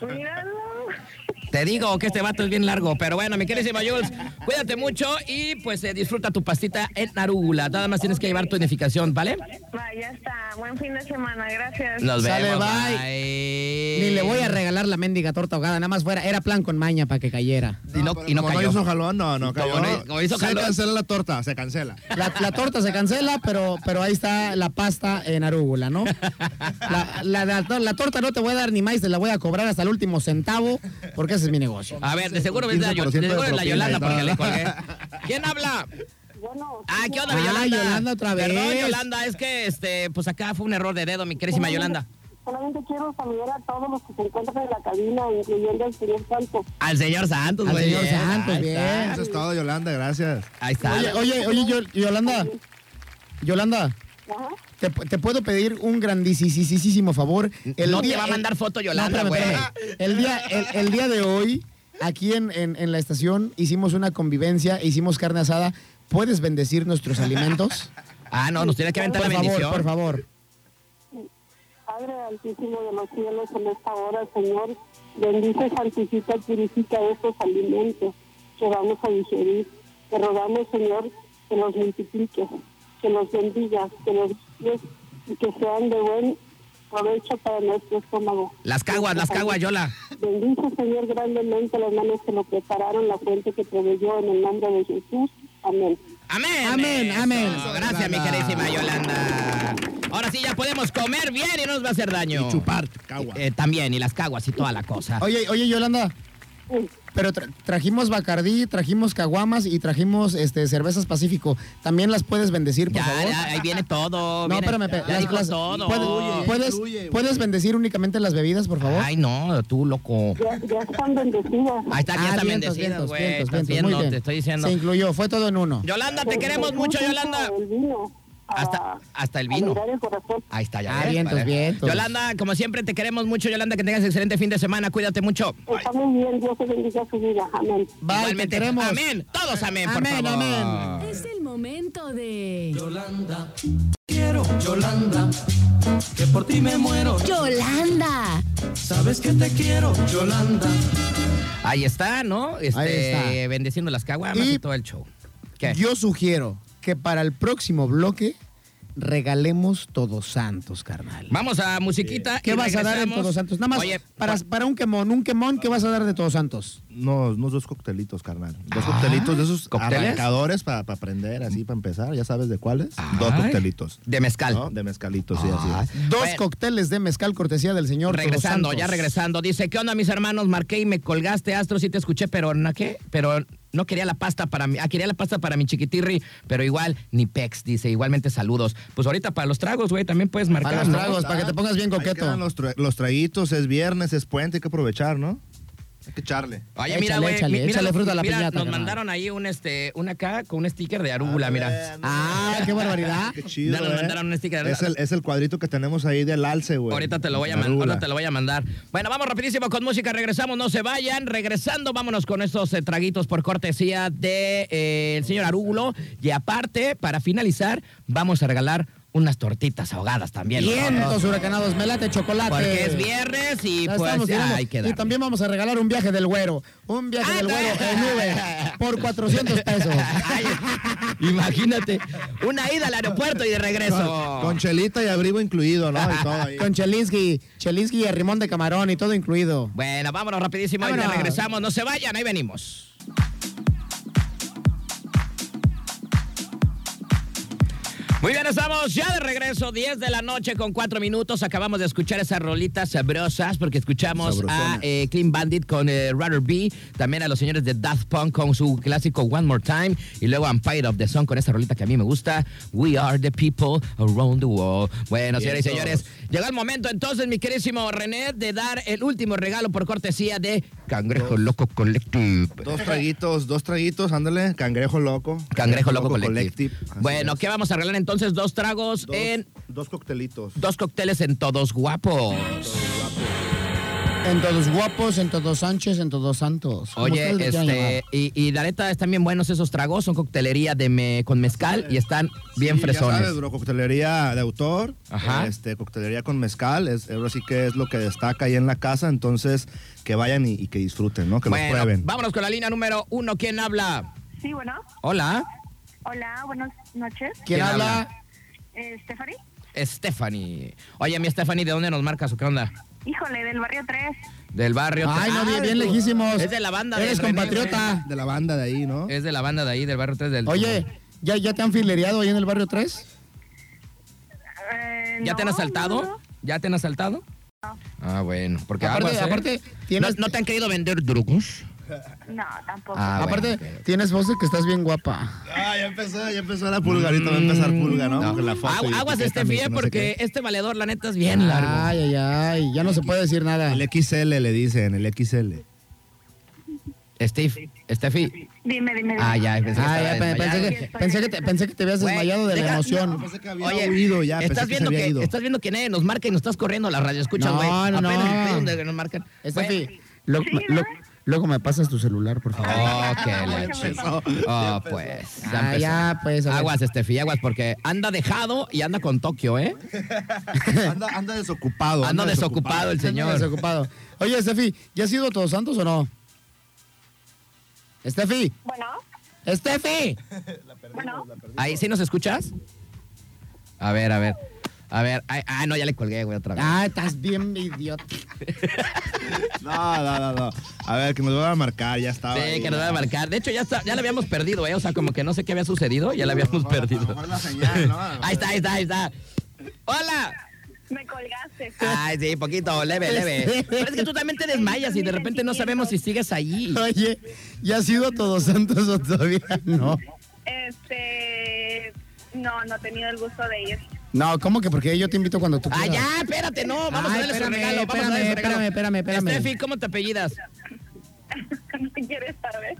[SPEAKER 3] Te digo que este vato es bien largo, pero bueno, mi queridísima Jules, cuídate mucho y pues eh, disfruta tu pastita en Narugula. Nada más tienes que llevar tu identificación, ¿vale?
[SPEAKER 13] Va, ya está. Buen fin de semana. Gracias.
[SPEAKER 3] Nos
[SPEAKER 1] Sale,
[SPEAKER 3] vemos.
[SPEAKER 1] bye. Ni le voy a regalar la mendiga torta ahogada, nada más fuera, era plan con maña para que cayera.
[SPEAKER 3] Y no, y no
[SPEAKER 7] Como no
[SPEAKER 3] cayó.
[SPEAKER 7] hizo jalón, no, no, cayó.
[SPEAKER 3] Como no- como hizo
[SPEAKER 7] se
[SPEAKER 3] jalón.
[SPEAKER 7] cancela la torta, se cancela.
[SPEAKER 1] La, la torta se cancela, pero, pero ahí está la pasta en arúgula, ¿no? La, la- la- la torta no te voy a dar ni más, te la voy a cobrar hasta el último centavo, porque ese es mi negocio.
[SPEAKER 3] A ver, de seguro ves la,
[SPEAKER 1] 15% de
[SPEAKER 3] de seguro es la
[SPEAKER 1] propina
[SPEAKER 3] Yolanda
[SPEAKER 1] y
[SPEAKER 3] porque le
[SPEAKER 1] todo.
[SPEAKER 3] colgué. ¿Quién habla? Ah, ¿qué onda, mi
[SPEAKER 1] Ah,
[SPEAKER 3] Yolanda?
[SPEAKER 1] Yolanda otra vez.
[SPEAKER 3] Perdón, Yolanda, es que este, pues acá fue un error de dedo, mi queridísima Yolanda.
[SPEAKER 8] Solamente quiero saludar a todos los que se encuentran en la cabina, incluyendo al señor Santos.
[SPEAKER 3] Al señor Santos,
[SPEAKER 7] Al
[SPEAKER 3] muy
[SPEAKER 7] señor
[SPEAKER 3] bien.
[SPEAKER 7] Santos,
[SPEAKER 3] Ahí
[SPEAKER 7] bien.
[SPEAKER 3] está.
[SPEAKER 7] Eso es todo, Yolanda, gracias.
[SPEAKER 3] Ahí está.
[SPEAKER 1] Oye, oye, oye, Yol- Yolanda. Yolanda. Te, pu- te puedo pedir un grandísimo favor.
[SPEAKER 3] No te va a mandar foto, Yolanda,
[SPEAKER 1] espérame,
[SPEAKER 3] güey.
[SPEAKER 1] espérame. El día, el, el día de hoy, aquí en, en- en la estación, hicimos una convivencia, hicimos carne asada. ¿Puedes bendecir nuestros alimentos?
[SPEAKER 3] Ah, no, nos tiene que aventar
[SPEAKER 1] por
[SPEAKER 3] la
[SPEAKER 1] favor,
[SPEAKER 3] bendición.
[SPEAKER 1] Por favor.
[SPEAKER 8] Padre Altísimo de los cielos, en esta hora, Señor, bendice, santifica, y purifica estos alimentos que vamos a digerir. Te rogamos, Señor, que los multipliques, que los bendigas, que los guíes y que sean de buen provecho para nuestro estómago.
[SPEAKER 3] Las caguas, las caguas, Yola.
[SPEAKER 8] Bendice, Señor, grandemente a las manos que lo prepararon, la fuente que proveyó en el nombre de Jesús. Amén.
[SPEAKER 3] Amén.
[SPEAKER 8] Amén, amén.
[SPEAKER 3] Gracias, mi queridísima Yolanda. Ahora sí ya podemos comer bien y no nos va a Eh, hacer daño. Y chupar, caguas. también, y las caguas y toda la cosa.
[SPEAKER 1] Oye, oye, Yolanda. pero tra- trajimos Bacardí, trajimos caguamas y trajimos este cervezas Pacífico. También las puedes bendecir, por favor.
[SPEAKER 3] Ya, ahí viene todo.
[SPEAKER 1] No,
[SPEAKER 3] viene-
[SPEAKER 1] espérame, espérame.
[SPEAKER 3] ya
[SPEAKER 1] Las-
[SPEAKER 3] dijo
[SPEAKER 1] las-
[SPEAKER 3] todo.
[SPEAKER 1] ¿puedes, puedes- puedes bendecir únicamente las bebidas, por favor?
[SPEAKER 3] Ay, no, tú loco.
[SPEAKER 8] Ya, ya están bendecidas.
[SPEAKER 3] Ahí está, aquí
[SPEAKER 1] Ah, vientos,
[SPEAKER 3] están bendecidas,
[SPEAKER 1] vientos,
[SPEAKER 3] güey.
[SPEAKER 1] vientos,
[SPEAKER 3] Estás
[SPEAKER 1] vientos,
[SPEAKER 3] viendo,
[SPEAKER 1] muy bien.
[SPEAKER 3] te estoy diciendo.
[SPEAKER 1] Se incluyó, fue todo en uno.
[SPEAKER 3] Yolanda,
[SPEAKER 8] Pues,
[SPEAKER 3] te queremos mucho, Yolanda.
[SPEAKER 8] Ah,
[SPEAKER 3] Hasta, hasta el vino. Ahí está, ya.
[SPEAKER 1] Ah,
[SPEAKER 3] ves,
[SPEAKER 1] vientos,
[SPEAKER 3] vale.
[SPEAKER 1] vientos.
[SPEAKER 3] Yolanda, como siempre, te queremos mucho, Yolanda. Que tengas excelente fin de semana. Cuídate mucho.
[SPEAKER 8] Está muy bien, Dios te bendiga su vida. Amén.
[SPEAKER 3] Igualmente. Amén. Todos amén, por
[SPEAKER 11] Amén,
[SPEAKER 3] favor.
[SPEAKER 7] Ah,
[SPEAKER 11] amén. Es el momento de. Yolanda.
[SPEAKER 14] Quiero, Yolanda, que por ti me muero.
[SPEAKER 11] Yolanda.
[SPEAKER 14] Sabes que te quiero, Yolanda.
[SPEAKER 3] Ahí está, ¿no? Este,
[SPEAKER 1] Ahí está.
[SPEAKER 3] Bendiciendo las caguamas y,
[SPEAKER 1] Y-
[SPEAKER 3] todo el show.
[SPEAKER 1] Yo sugiero que para el próximo bloque regalemos Todos Santos, carnal.
[SPEAKER 3] Vamos a musiquita.
[SPEAKER 1] ¿Qué
[SPEAKER 3] y
[SPEAKER 1] vas a dar en
[SPEAKER 3] regresamos.
[SPEAKER 1] Todos Santos? Nada más
[SPEAKER 3] Oye, pues,
[SPEAKER 1] para, para un quemón, un quemón, ¿qué vas a dar de Todos Santos?
[SPEAKER 7] No, unos dos coctelitos, carnal. Dos
[SPEAKER 1] Ah,
[SPEAKER 7] coctelitos de esos
[SPEAKER 1] ¿cócteles?
[SPEAKER 7] arrancadores para aprender, así para empezar. Ya sabes de cuáles. Dos
[SPEAKER 3] Ay.
[SPEAKER 7] coctelitos.
[SPEAKER 3] De mezcal.
[SPEAKER 7] ¿No? De mezcalitos, sí, así es.
[SPEAKER 1] Dos
[SPEAKER 3] Bueno.
[SPEAKER 1] cócteles de mezcal cortesía del señor Todos
[SPEAKER 3] regresando, ya
[SPEAKER 1] Santos.
[SPEAKER 3] regresando. Dice, ¿qué onda, mis hermanos? Marqué y me colgaste, Astro, sí te escuché, pero ¿no qué? Pero no quería la pasta para mi... Ah, quería la pasta para mi chiquitirri, pero igual, ni pex, dice. Igualmente, saludos. Pues ahorita para los tragos, güey, también puedes marcar.
[SPEAKER 7] los
[SPEAKER 3] ¿no?
[SPEAKER 7] tragos, para que te
[SPEAKER 1] pongas bien
[SPEAKER 7] Ahí quedan los, tra- los traguitos, es viernes, es puente, hay que aprovechar, ¿no? Hay que echarle.
[SPEAKER 3] Oye, mira, güey, mi- mira, mira, nos mandaron ahí un, este, una acá con un sticker de arúgula, mira.
[SPEAKER 1] Ah, qué barbaridad.
[SPEAKER 7] Qué chido,
[SPEAKER 3] Ya nos
[SPEAKER 7] eh.
[SPEAKER 3] mandaron un sticker.
[SPEAKER 7] Es el, es el cuadrito que tenemos ahí del alce, güey.
[SPEAKER 3] Ahorita te lo voy a mandar, ahorita te lo voy a mandar. Bueno, vamos rapidísimo con música, regresamos, no se vayan. Regresando, vámonos con estos eh, traguitos por cortesía de eh, el señor Arúgulo. Y aparte, para finalizar, vamos a regalar unas tortitas ahogadas también.
[SPEAKER 1] Vientos
[SPEAKER 3] nosotros.
[SPEAKER 1] huracanados, melate chocolate.
[SPEAKER 3] Porque es viernes y
[SPEAKER 1] Ya
[SPEAKER 3] pues
[SPEAKER 1] estamos,
[SPEAKER 3] ya
[SPEAKER 1] tenemos-
[SPEAKER 3] hay que Ah,
[SPEAKER 1] Y
[SPEAKER 3] dar.
[SPEAKER 1] también vamos a regalar un viaje del güero. Un viaje del güero en Uber por 400 pesos.
[SPEAKER 3] Imagínate, una ida al aeropuerto y de regreso.
[SPEAKER 7] Con, con chelita y abrigo incluido, ¿no? Y todo ahí.
[SPEAKER 1] Con Chelinsky, Chelinsky y el rimón de camarón y todo incluido.
[SPEAKER 3] Bueno, vámonos rapidísimo y
[SPEAKER 1] Vámonos.
[SPEAKER 3] ya regresamos, no se vayan, ahí venimos. Muy bien, estamos ya de regreso, 10 de la noche con 4 minutos. Acabamos de escuchar esas rolitas sabrosas porque escuchamos a
[SPEAKER 7] Sabrosonas.
[SPEAKER 3] eh, Clean Bandit con eh, Rudder B, también a los señores de Daft Punk con su clásico One More Time y luego Empire of the Sun con esa rolita que a mí me gusta, We Are the People Around the World. Bueno, señores y
[SPEAKER 7] Vientos.
[SPEAKER 3] señores, llegó el momento entonces, mi querísimo René, de dar el último regalo por cortesía de Cangrejo Loco Collective.
[SPEAKER 7] Dos traguitos, dos traguitos, ándale. Cangrejo loco.
[SPEAKER 3] Cangrejo Loco
[SPEAKER 7] Collective. Así
[SPEAKER 3] Bueno,
[SPEAKER 7] es.
[SPEAKER 3] ¿qué vamos a regalar entonces? Dos tragos en
[SPEAKER 7] Dos coctelitos.
[SPEAKER 3] dos cócteles en todos guapos.
[SPEAKER 1] En todos guapos, en todos Sánchez, en todos santos. como
[SPEAKER 3] Oye,
[SPEAKER 1] ustedes le quieran
[SPEAKER 3] este,
[SPEAKER 1] llamar.
[SPEAKER 3] y, y la neta están bien buenos esos tragos, son coctelería de me- con mezcal y están bien
[SPEAKER 7] Sí,
[SPEAKER 3] fresones.
[SPEAKER 7] Ya sabes, bro, coctelería de autor,
[SPEAKER 3] Ajá.
[SPEAKER 7] este, coctelería con mezcal, es, ahora sí que es lo que destaca ahí en la casa, entonces que vayan y, y que disfruten, ¿no? Que
[SPEAKER 3] Bueno,
[SPEAKER 7] lo prueben.
[SPEAKER 3] vámonos con la línea número uno. ¿Quién habla?
[SPEAKER 13] Sí, bueno.
[SPEAKER 3] Hola,
[SPEAKER 13] Hola, buenas noches.
[SPEAKER 3] ¿Quién ¿Quién habla? habla?
[SPEAKER 13] Eh, Stephanie.
[SPEAKER 3] Stephanie. Oye, mi Stephanie, ¿de dónde nos marcas o qué onda?
[SPEAKER 13] Híjole, del barrio 3.
[SPEAKER 3] Del barrio.
[SPEAKER 1] Ay, no, bien, bien
[SPEAKER 3] tú-
[SPEAKER 1] lejísimos.
[SPEAKER 3] Ah, Es de la banda
[SPEAKER 1] Eres
[SPEAKER 3] del René,
[SPEAKER 1] compatriota.
[SPEAKER 3] güey.
[SPEAKER 7] De la banda de ahí, ¿no?
[SPEAKER 3] Es de la banda de ahí, del barrio 3 del.
[SPEAKER 1] Oye, ¿ya, ¿ya te han filereado ahí en el barrio 3?
[SPEAKER 3] ¿ya te han asaltado? ¿Ya te han asaltado? Ah, bueno, porque
[SPEAKER 1] Aparte-
[SPEAKER 3] aguas, ¿eh?
[SPEAKER 1] aparte,
[SPEAKER 3] ¿No,
[SPEAKER 1] tienes-
[SPEAKER 3] no te han querido vender drugos?
[SPEAKER 13] No, tampoco.
[SPEAKER 3] Ah, bueno,
[SPEAKER 1] Aparte,
[SPEAKER 3] ok,
[SPEAKER 1] tienes voz de que estás bien guapa.
[SPEAKER 7] Ah, ya empezó, ya empezó la pulga, ahorita va a empezar pulga, Mm, ¿no? Con la foto
[SPEAKER 3] Agu-
[SPEAKER 7] y
[SPEAKER 3] Aguas
[SPEAKER 7] etiqueta,
[SPEAKER 3] este
[SPEAKER 7] mi-
[SPEAKER 3] fie
[SPEAKER 7] no sé
[SPEAKER 3] porque
[SPEAKER 7] qué.
[SPEAKER 3] este valedor la neta es bien largo.
[SPEAKER 1] Ay, ay, ay, ya no se puede decir nada.
[SPEAKER 7] El XL le dicen, el XL.
[SPEAKER 3] Steve, Steffi.
[SPEAKER 13] Dime, dime.
[SPEAKER 3] Ah, ya, pensé que
[SPEAKER 1] Ah,
[SPEAKER 3] estaba
[SPEAKER 1] ya, pe-
[SPEAKER 3] desmayado.
[SPEAKER 1] pensé, que, pensé, que te, pensé que te habías
[SPEAKER 3] Güey,
[SPEAKER 1] desmayado de la
[SPEAKER 3] deja-
[SPEAKER 1] emoción.
[SPEAKER 3] no, pues, pensé
[SPEAKER 7] que
[SPEAKER 3] Oye, estás, viendo que, estás viendo quién es, nos marca y nos estás corriendo la radio. Escucha,
[SPEAKER 1] No,
[SPEAKER 3] güey.
[SPEAKER 1] no, no.
[SPEAKER 3] Apenas estoy donde nos marcan.
[SPEAKER 1] Steffi,
[SPEAKER 3] Güey.
[SPEAKER 1] lo- lo- luego me pasas tu celular, por favor.
[SPEAKER 3] Oh, qué la chingada. Oh, pues. ya
[SPEAKER 1] Ah,
[SPEAKER 3] empezó.
[SPEAKER 1] ya, pues, a ver.
[SPEAKER 3] Aguas, Steffi, aguas, porque anda dejado y anda con Tokio, ¿eh?
[SPEAKER 7] Anda, anda desocupado.
[SPEAKER 3] Anda desocupado el señor.
[SPEAKER 1] Ando desocupado. Oye, Steffi, ¿ya has ido a Todos Santos o no? Steffi.
[SPEAKER 13] Bueno.
[SPEAKER 1] Steffi.
[SPEAKER 3] Ahí, ¿sí nos escuchas? A ver, a ver. A ver. Ay, ah, no, ya le colgué, güey, otra vez.
[SPEAKER 1] Ah, estás bien idiota.
[SPEAKER 7] No, no, no, no. A ver, que nos van a marcar, ya estaba.
[SPEAKER 3] Sí,
[SPEAKER 7] ahí,
[SPEAKER 3] que nos va a marcar. De hecho, ya, está- ya la habíamos perdido, ¿eh? O sea, como que no sé qué había sucedido, ya la habíamos perdido.
[SPEAKER 7] La señal, ¿no?
[SPEAKER 3] Ahí está, ahí está, ahí está. ¡Hola!
[SPEAKER 13] Me colgaste.
[SPEAKER 3] Ay, sí, poquito, leve, leve. Pero es que tú también te desmayas y de repente no sabemos si sigues allí.
[SPEAKER 15] Oye, ¿ya has ido a Todos Santos o todavía no?
[SPEAKER 13] Este. No, no he tenido el gusto de ir.
[SPEAKER 1] No, ¿cómo que? Porque yo te invito cuando tú
[SPEAKER 3] Ah,
[SPEAKER 1] quieras.
[SPEAKER 3] ya, espérate, no, vamos
[SPEAKER 1] Ay,
[SPEAKER 3] a darle
[SPEAKER 1] espérame,
[SPEAKER 3] su regalo. Vamos a darle su
[SPEAKER 1] espérame,
[SPEAKER 3] regalo.
[SPEAKER 1] espérame, espérame, espérame.
[SPEAKER 3] Steffi, ¿cómo te apellidas?
[SPEAKER 13] ¿No quieres saber?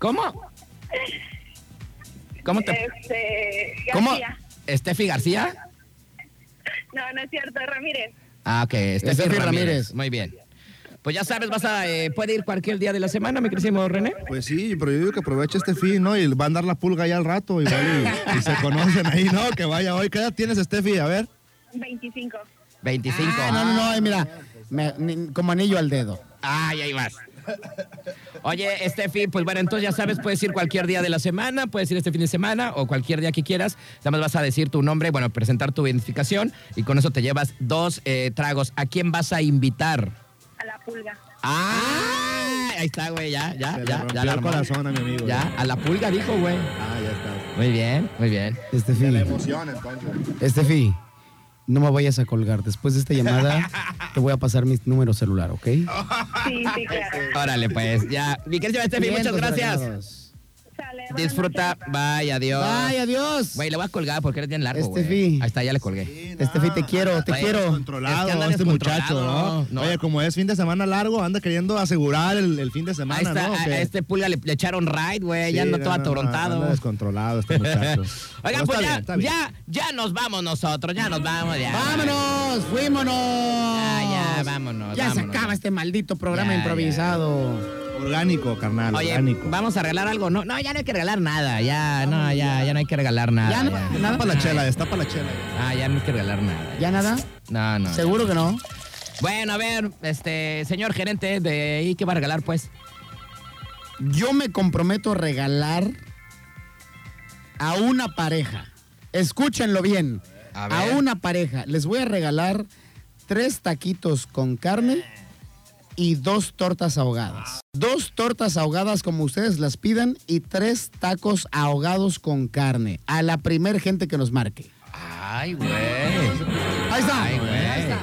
[SPEAKER 3] ¿Cómo? ¿Cómo te...?
[SPEAKER 13] Este.
[SPEAKER 3] ¿Cómo?
[SPEAKER 13] García.
[SPEAKER 3] ¿Steffi García?
[SPEAKER 13] No, no es cierto, Ramírez.
[SPEAKER 3] Ah, ok, Steffi,
[SPEAKER 1] Steffi
[SPEAKER 3] Ramírez.
[SPEAKER 1] Ramírez.
[SPEAKER 3] Muy bien. Pues ya sabes, vas a, eh, puede ir cualquier día de la semana, mi querísimo René.
[SPEAKER 7] Pues sí, pero yo digo que aproveche este fin, ¿no? Y va a andar la pulga ya al rato, igual y, y se conocen ahí, ¿no? Que vaya hoy. ¿Qué edad tienes, Steffi? A ver.
[SPEAKER 13] 25.
[SPEAKER 3] 25.
[SPEAKER 1] Ah, no, no, no, ay, mira, me- ni- como anillo al dedo.
[SPEAKER 3] Ay, ahí vas. Oye, Steffi, pues bueno, entonces ya sabes, puedes ir cualquier día de la semana, puedes ir este fin de semana o cualquier día que quieras. Nada más vas a decir tu nombre, bueno, presentar tu identificación y con eso te llevas dos eh, tragos. ¿A quién vas a invitar?
[SPEAKER 13] A la pulga.
[SPEAKER 3] ¡Ah! Ahí está, güey, ya, ya,
[SPEAKER 7] Se le
[SPEAKER 3] ya, ya.
[SPEAKER 7] rompió
[SPEAKER 3] la
[SPEAKER 7] el
[SPEAKER 3] armó.
[SPEAKER 7] corazón a mi amigo.
[SPEAKER 3] Ya, a la pulga dijo, güey.
[SPEAKER 7] Ah, ya está.
[SPEAKER 3] Muy bien, muy bien.
[SPEAKER 7] De la
[SPEAKER 1] Estefi,
[SPEAKER 7] emoción, entonces.
[SPEAKER 1] Estefi, no me vayas a colgar. Después de esta llamada te voy a pasar mi número celular, ¿ok?
[SPEAKER 13] Sí, sí, claro.
[SPEAKER 3] Órale, pues, ya. Mi querida Steffi,
[SPEAKER 1] Bien, pues, tus
[SPEAKER 3] muchas gracias.
[SPEAKER 1] regalos.
[SPEAKER 3] Disfruta. Bye, adiós.
[SPEAKER 1] Ay, adiós. Este
[SPEAKER 3] Güey, le voy a colgar porque eres bien largo, güey.
[SPEAKER 1] Steffi.
[SPEAKER 3] Ahí está, ya le colgué.
[SPEAKER 7] Este,
[SPEAKER 1] Estefi, te quiero, te
[SPEAKER 3] Oye,
[SPEAKER 1] quiero.
[SPEAKER 7] Controlado
[SPEAKER 3] Es que anda
[SPEAKER 7] este muchacho,
[SPEAKER 3] descontrolado,
[SPEAKER 7] ¿no?
[SPEAKER 3] ¿no?
[SPEAKER 7] Oye, como es fin de semana largo, anda queriendo asegurar el, el fin de
[SPEAKER 3] Ahí
[SPEAKER 7] semana,
[SPEAKER 3] está,
[SPEAKER 7] ¿no?
[SPEAKER 3] a- a este pulga le, le echaron ride, güey. ya anda todo atorontado.
[SPEAKER 7] Anda descontrolado este muchacho.
[SPEAKER 3] Oigan,
[SPEAKER 7] Pero
[SPEAKER 3] pues ya,
[SPEAKER 7] está bien, está bien.
[SPEAKER 3] ya, ya nos vamos nosotros, ya nos vamos, ya.
[SPEAKER 1] ¡Vámonos! ¡Fuímonos!
[SPEAKER 3] Ya, ya, vámonos.
[SPEAKER 1] Ya se
[SPEAKER 3] vámonos.
[SPEAKER 1] acaba este maldito programa
[SPEAKER 3] Ya,
[SPEAKER 1] improvisado.
[SPEAKER 7] Orgánico, carnal,
[SPEAKER 3] Oye,
[SPEAKER 7] orgánico.
[SPEAKER 3] vamos a regalar algo. No, no, ya no hay que regalar nada. Ya, no, ya, ya no hay que regalar nada.
[SPEAKER 1] Ya no- nada.
[SPEAKER 7] Destapa la chela, destapa la chela.
[SPEAKER 3] Ah, ya no hay que regalar nada.
[SPEAKER 1] ¿Ya nada?
[SPEAKER 3] No, no.
[SPEAKER 1] Seguro que no.
[SPEAKER 3] Bueno, a ver, este, señor gerente, de ahí qué va a regalar, pues.
[SPEAKER 1] Yo me comprometo a regalar a una pareja. Escúchenlo bien.
[SPEAKER 3] A
[SPEAKER 1] A,
[SPEAKER 3] ver.
[SPEAKER 1] una pareja. Les voy a regalar tres taquitos con carne y dos tortas ahogadas. Dos tortas ahogadas como ustedes las pidan y tres tacos ahogados con carne. A la primer gente que nos marque.
[SPEAKER 3] Ay, güey.
[SPEAKER 1] Ahí está.
[SPEAKER 3] Ay, güey.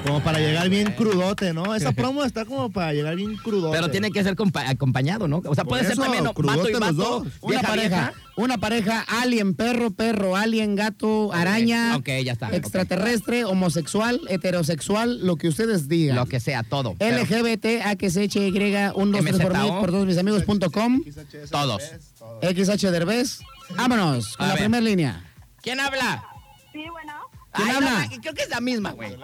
[SPEAKER 7] Como para llegar bien crudote, ¿no? Esa promo está como para llegar bien crudote.
[SPEAKER 3] Pero tiene que ser compa- acompañado, ¿no? O sea,
[SPEAKER 7] Por
[SPEAKER 3] puede ser
[SPEAKER 7] eso,
[SPEAKER 3] también no, vato
[SPEAKER 7] crudote
[SPEAKER 3] y
[SPEAKER 7] los
[SPEAKER 3] vato.
[SPEAKER 7] dos.
[SPEAKER 1] Una
[SPEAKER 3] vieja,
[SPEAKER 1] pareja,
[SPEAKER 3] vieja.
[SPEAKER 1] una pareja, alien, perro, perro, alien, gato, araña,
[SPEAKER 3] Ok, ya está. ok.
[SPEAKER 1] extraterrestre, homosexual, heterosexual, lo que ustedes digan.
[SPEAKER 3] Lo que sea, todo. pero
[SPEAKER 1] LGBT, AQSHY, 1, 2, 3 por mí,
[SPEAKER 3] MZO.
[SPEAKER 1] por todos mis amigos.com,
[SPEAKER 3] todos.
[SPEAKER 1] XH Derbez. Vámonos con
[SPEAKER 3] A
[SPEAKER 1] la
[SPEAKER 3] ver.
[SPEAKER 1] primera línea.
[SPEAKER 3] ¿Quién habla?
[SPEAKER 13] Sí, bueno.
[SPEAKER 1] ¿Quién
[SPEAKER 3] Ay,
[SPEAKER 1] habla?
[SPEAKER 3] no, creo que es la misma, güey.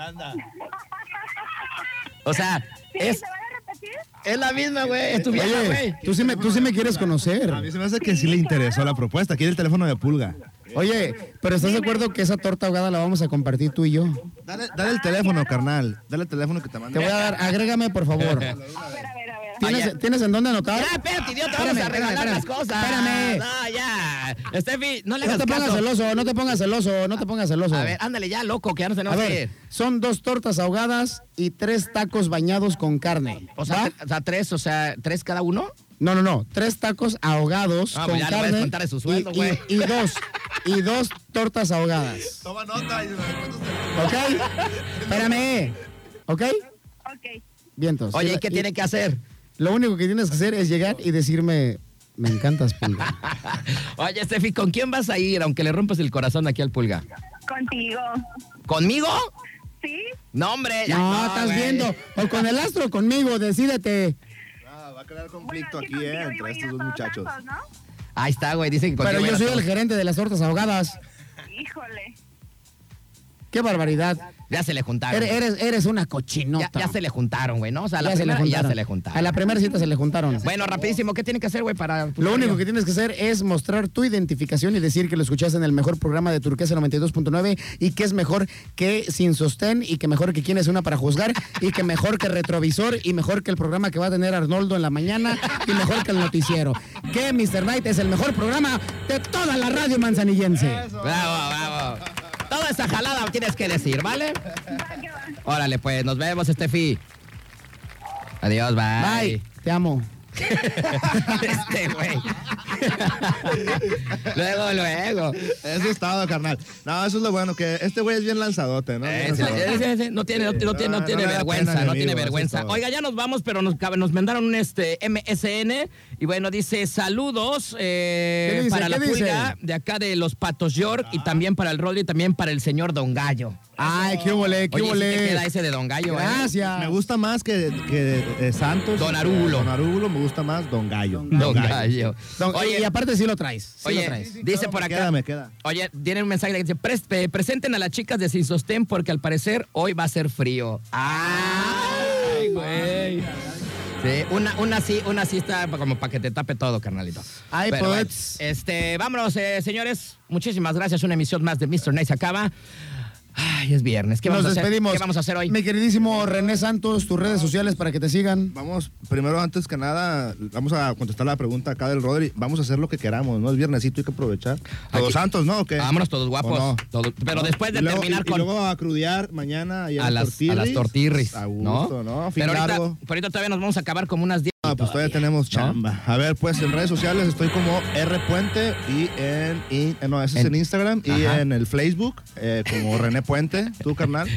[SPEAKER 3] O sea,
[SPEAKER 13] Sí,
[SPEAKER 3] es,
[SPEAKER 13] ¿se van a repetir?
[SPEAKER 3] es la misma, güey. Es tu vieja, güey.
[SPEAKER 1] Oye, tú sí, me, tú sí me quieres conocer.
[SPEAKER 7] A mí se me hace que sí le interesó la propuesta. Quiere el teléfono de Pulga.
[SPEAKER 1] Oye, pero ¿estás de acuerdo que esa torta ahogada la vamos a compartir tú y yo?
[SPEAKER 7] Dale, dale el teléfono, carnal. Dale el teléfono que te
[SPEAKER 1] Te
[SPEAKER 7] mande.
[SPEAKER 1] voy a dar, agrégame por favor.
[SPEAKER 13] A ver, a ver, a ver.
[SPEAKER 3] Oye.
[SPEAKER 1] ¿Tienes, ¿tienes en dónde anotar?
[SPEAKER 3] Ya, espérate, idiota,
[SPEAKER 1] Espérame,
[SPEAKER 3] vamos a
[SPEAKER 1] espérame,
[SPEAKER 3] regalar
[SPEAKER 1] espérame.
[SPEAKER 3] las cosas.
[SPEAKER 1] Espérame.
[SPEAKER 3] No, ya. Steffi, no le
[SPEAKER 1] No
[SPEAKER 3] hagas
[SPEAKER 1] te pongas
[SPEAKER 3] caso.
[SPEAKER 1] celoso, no te pongas celoso, no te pongas celoso.
[SPEAKER 3] A ver, ándale ya, loco, que ya no se
[SPEAKER 1] A
[SPEAKER 3] nos va a
[SPEAKER 1] ver,
[SPEAKER 3] ir.
[SPEAKER 1] son dos tortas ahogadas y tres tacos bañados con carne.
[SPEAKER 3] O sea,
[SPEAKER 1] ¿va?
[SPEAKER 3] tre- o sea, tres, o sea, tres cada uno.
[SPEAKER 1] No, no, no. Tres tacos ahogados
[SPEAKER 3] Ah,
[SPEAKER 1] con
[SPEAKER 3] pues ya le voy a
[SPEAKER 1] carne.
[SPEAKER 3] descontar de su sueldo,
[SPEAKER 1] y-
[SPEAKER 3] güey.
[SPEAKER 1] y, y dos. Y dos tortas ahogadas.
[SPEAKER 7] Toma nota.
[SPEAKER 1] ¿Ok? Espérame. ¿Ok?
[SPEAKER 13] Ok.
[SPEAKER 1] Vientos. Y-
[SPEAKER 3] Oye, Pues ¿y qué tiene que hacer?
[SPEAKER 1] Lo único que tienes que hacer es llegar y decirme, me encantas, pulga.
[SPEAKER 3] Oye, Steffi, ¿con quién vas a ir? Aunque le rompas el corazón aquí al pulga.
[SPEAKER 13] Contigo.
[SPEAKER 3] ¿Conmigo?
[SPEAKER 13] ¿Sí?
[SPEAKER 3] No, hombre. ya
[SPEAKER 1] No, estás
[SPEAKER 3] güey.
[SPEAKER 1] viendo. O con el astro o conmigo, decídete.
[SPEAKER 7] Ah, va a crear conflicto
[SPEAKER 13] Bueno, es que
[SPEAKER 7] aquí, eh,
[SPEAKER 13] contigo iba a
[SPEAKER 7] entre
[SPEAKER 13] ir a
[SPEAKER 7] estos dos
[SPEAKER 13] todos
[SPEAKER 7] muchachos.
[SPEAKER 13] lados, ¿no?
[SPEAKER 3] Ahí está, güey. Dicen que
[SPEAKER 1] Pero
[SPEAKER 3] contigo
[SPEAKER 1] yo
[SPEAKER 3] era
[SPEAKER 1] soy
[SPEAKER 3] todo.
[SPEAKER 1] el gerente de las tortas ahogadas.
[SPEAKER 13] Híjole.
[SPEAKER 1] Qué barbaridad.
[SPEAKER 3] Ya se le juntaron.
[SPEAKER 1] Eres, eres, eres una
[SPEAKER 3] ya,
[SPEAKER 1] cochinota.
[SPEAKER 3] ya se le juntaron, güey, ¿no? O sea, a la
[SPEAKER 1] Ya se le
[SPEAKER 3] primera ya
[SPEAKER 1] juntaron.
[SPEAKER 3] se le juntaron.
[SPEAKER 1] A la primera cita se le juntaron.
[SPEAKER 3] Bueno, rapidísimo, ¿qué tiene que hacer, güey, para...
[SPEAKER 1] Lo único que tienes que hacer es mostrar tu identificación y decir que lo escuchaste en el mejor programa de Turquesa 92.9 y que es mejor que Sin Sostén y que mejor que Quién es una para juzgar y que mejor que Retrovisor y mejor que el programa que va a tener Arnoldo en la mañana y mejor que el noticiero. Que Mr. Night es el mejor programa de toda la radio manzanillense.
[SPEAKER 3] Bravo, bravo. Toda esa jalada tienes que decir, ¿vale?
[SPEAKER 13] Va que va.
[SPEAKER 3] Órale, pues, nos vemos, Steffi. Adiós,
[SPEAKER 1] Bye, te amo.
[SPEAKER 3] este güey. luego, luego.
[SPEAKER 7] Eso es todo, carnal. No, eso es lo bueno, que este güey es bien lanzadote, ¿no?
[SPEAKER 3] Eh, sí, sí, sí, sí. No tiene, no, tiene- no
[SPEAKER 7] no
[SPEAKER 3] tiene
[SPEAKER 7] le da
[SPEAKER 3] vergüenza,
[SPEAKER 7] pena
[SPEAKER 3] no
[SPEAKER 7] al
[SPEAKER 3] tiene
[SPEAKER 7] enemigo,
[SPEAKER 3] vergüenza.
[SPEAKER 7] así es.
[SPEAKER 3] Oiga, ya nos vamos, pero nos, cab- nos mandaron un este MSN y bueno, dice saludos eh,
[SPEAKER 1] ¿Qué dice?
[SPEAKER 3] para la
[SPEAKER 1] ¿Qué dice?
[SPEAKER 3] pulga de acá de los Patos York y también para el Rodri y también para el señor Don Gallo.
[SPEAKER 1] Ay, qué volé, qué
[SPEAKER 3] Oye, sí
[SPEAKER 1] volé.
[SPEAKER 3] te queda ese de Don Gallo, ¿eh?
[SPEAKER 1] Gracias.
[SPEAKER 7] Me gusta más que, que eh, Santos.
[SPEAKER 3] Don Arulo.
[SPEAKER 7] Don Arulo me gusta más Don Gallo.
[SPEAKER 3] Don Gallo.
[SPEAKER 1] Don- y aparte sí lo traes. sí lo
[SPEAKER 3] Oye,
[SPEAKER 1] traes.
[SPEAKER 3] dice por acá.
[SPEAKER 7] Queda, me queda.
[SPEAKER 3] Oye, tienen un mensaje que dice, "Preste- presenten a las chicas de Sin Sostén porque al parecer hoy va a ser frío. ¡Ay, güey! Sí, una, una sí, una sí está pa- como para que te tape todo, carnalito.
[SPEAKER 1] Ay,
[SPEAKER 3] Pero bueno,
[SPEAKER 1] poets.
[SPEAKER 3] este, vámonos, eh, señores. Muchísimas gracias. Una emisión más de Mr. Nice acaba. Ay, es viernes. ¿Qué vamos
[SPEAKER 1] Nos
[SPEAKER 3] a hacer?
[SPEAKER 1] despedimos.
[SPEAKER 3] ¿Qué vamos a hacer hoy? Ah.
[SPEAKER 1] Mi queridísimo René Santos, tus redes sociales para que te sigan.
[SPEAKER 7] Vamos, primero, antes que nada, vamos a contestar la pregunta acá del Rodri. Vamos a hacer lo que queramos, ¿no? Es viernesito, hay que aprovechar. Todos
[SPEAKER 3] Aquí-
[SPEAKER 7] santos, ¿no? ¿O qué?
[SPEAKER 3] Vámonos todos guapos.
[SPEAKER 7] ¿O no?
[SPEAKER 3] Todos- pero
[SPEAKER 7] ¿No?
[SPEAKER 3] después de
[SPEAKER 7] Y luego-
[SPEAKER 3] terminar
[SPEAKER 7] y- y
[SPEAKER 3] con...
[SPEAKER 7] luego a crudear mañana allá
[SPEAKER 3] a
[SPEAKER 7] en
[SPEAKER 3] las, a las tortirris.
[SPEAKER 7] A gusto, ¿no? Fin
[SPEAKER 3] Pero ahorita,
[SPEAKER 7] largo.
[SPEAKER 3] pero ahorita todavía nos vamos a acabar como unas 10.
[SPEAKER 7] Ah, pues todavía tenemos chamba. A ver, pues en redes sociales estoy como R Puente y en, y- eh, no, ese es
[SPEAKER 3] En-
[SPEAKER 7] en Instagram y
[SPEAKER 3] Ajá.
[SPEAKER 7] en el Facebook eh, como René Puente, tú carnal.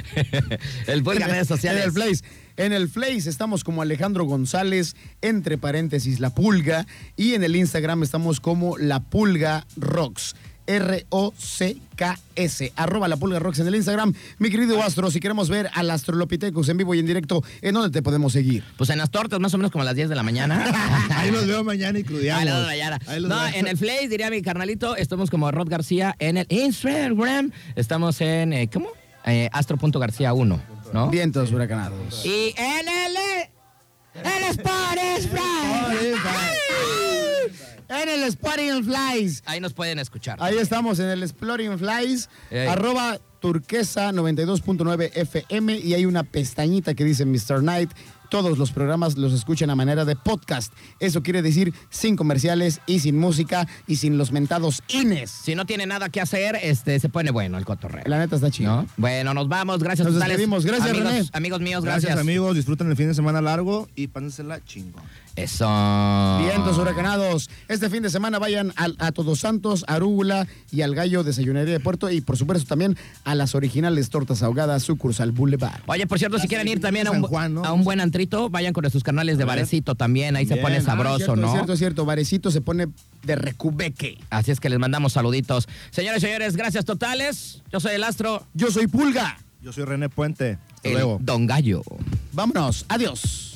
[SPEAKER 3] El Volga redes sociales.
[SPEAKER 1] En el Place. En el Place estamos como Alejandro González, entre paréntesis, La Pulga. Y en el Instagram estamos como La Pulga Rocks. R-O-C-K-S. Arroba La Pulga Rocks en el Instagram. Mi querido Astro, si queremos ver al Astrolopithecus en vivo y en directo, ¿en dónde te podemos seguir?
[SPEAKER 3] Pues en las tortas, más o menos como a las 10 de la mañana.
[SPEAKER 7] Ahí los veo mañana y crudeamos.
[SPEAKER 3] Ahí los veo mañana.
[SPEAKER 7] Ahí los
[SPEAKER 3] No,
[SPEAKER 7] veo.
[SPEAKER 3] en el Place, diría mi carnalito, estamos como Rod García en el Instagram. Estamos en, eh, ¿cómo? Eh, Astro.García1, ¿no?
[SPEAKER 1] Vientos huracanados.
[SPEAKER 3] Y en el... eh, ¡El
[SPEAKER 1] En el Spotting Flies.
[SPEAKER 3] Ahí nos pueden escuchar.
[SPEAKER 1] Ahí estamos en el Exploring Flies,
[SPEAKER 3] Ey.
[SPEAKER 1] arroba turquesa 92.9 FM y hay una pestañita que dice Mr. Night. Todos los programas los escuchan a manera de podcast. Eso quiere decir sin comerciales y sin música y sin los mentados ines.
[SPEAKER 3] Si no tiene nada que hacer, este, se pone bueno el cotorreo.
[SPEAKER 1] La neta está chido.
[SPEAKER 3] Bueno, nos vamos. Gracias.
[SPEAKER 1] Nos
[SPEAKER 3] totales.
[SPEAKER 1] despedimos. Gracias,
[SPEAKER 3] amigos,
[SPEAKER 1] René.
[SPEAKER 3] Amigos míos,
[SPEAKER 7] Gracias,
[SPEAKER 3] gracias.
[SPEAKER 7] amigos, disfruten el fin de semana largo y pásensela chingón.
[SPEAKER 3] Eso.
[SPEAKER 1] Vientos huracanados. Este fin de semana vayan al- a, Todos Santos, Arúgula y al Gallo Desayunería de Puerto y por supuesto también a las originales tortas ahogadas sucursal Boulevard.
[SPEAKER 3] Oye, por cierto, si quieren ir también a un,
[SPEAKER 7] San Juan, ¿no?
[SPEAKER 3] a un buen antrito, vayan con sus canales de
[SPEAKER 7] ver.
[SPEAKER 3] barecito también. Ahí se
[SPEAKER 7] Bien.
[SPEAKER 3] pone
[SPEAKER 7] Ah,
[SPEAKER 3] sabroso,
[SPEAKER 1] cierto,
[SPEAKER 3] ¿no?
[SPEAKER 1] Es cierto, es cierto. Varecito se pone de recubeque.
[SPEAKER 3] Así es que les mandamos saluditos. Señores, señores, gracias totales. Yo soy el astro,
[SPEAKER 1] Yo soy Pulga.
[SPEAKER 7] Yo soy René Puente. Hasta
[SPEAKER 3] el
[SPEAKER 7] luego.
[SPEAKER 3] Don Gallo.
[SPEAKER 1] Vámonos. Adiós.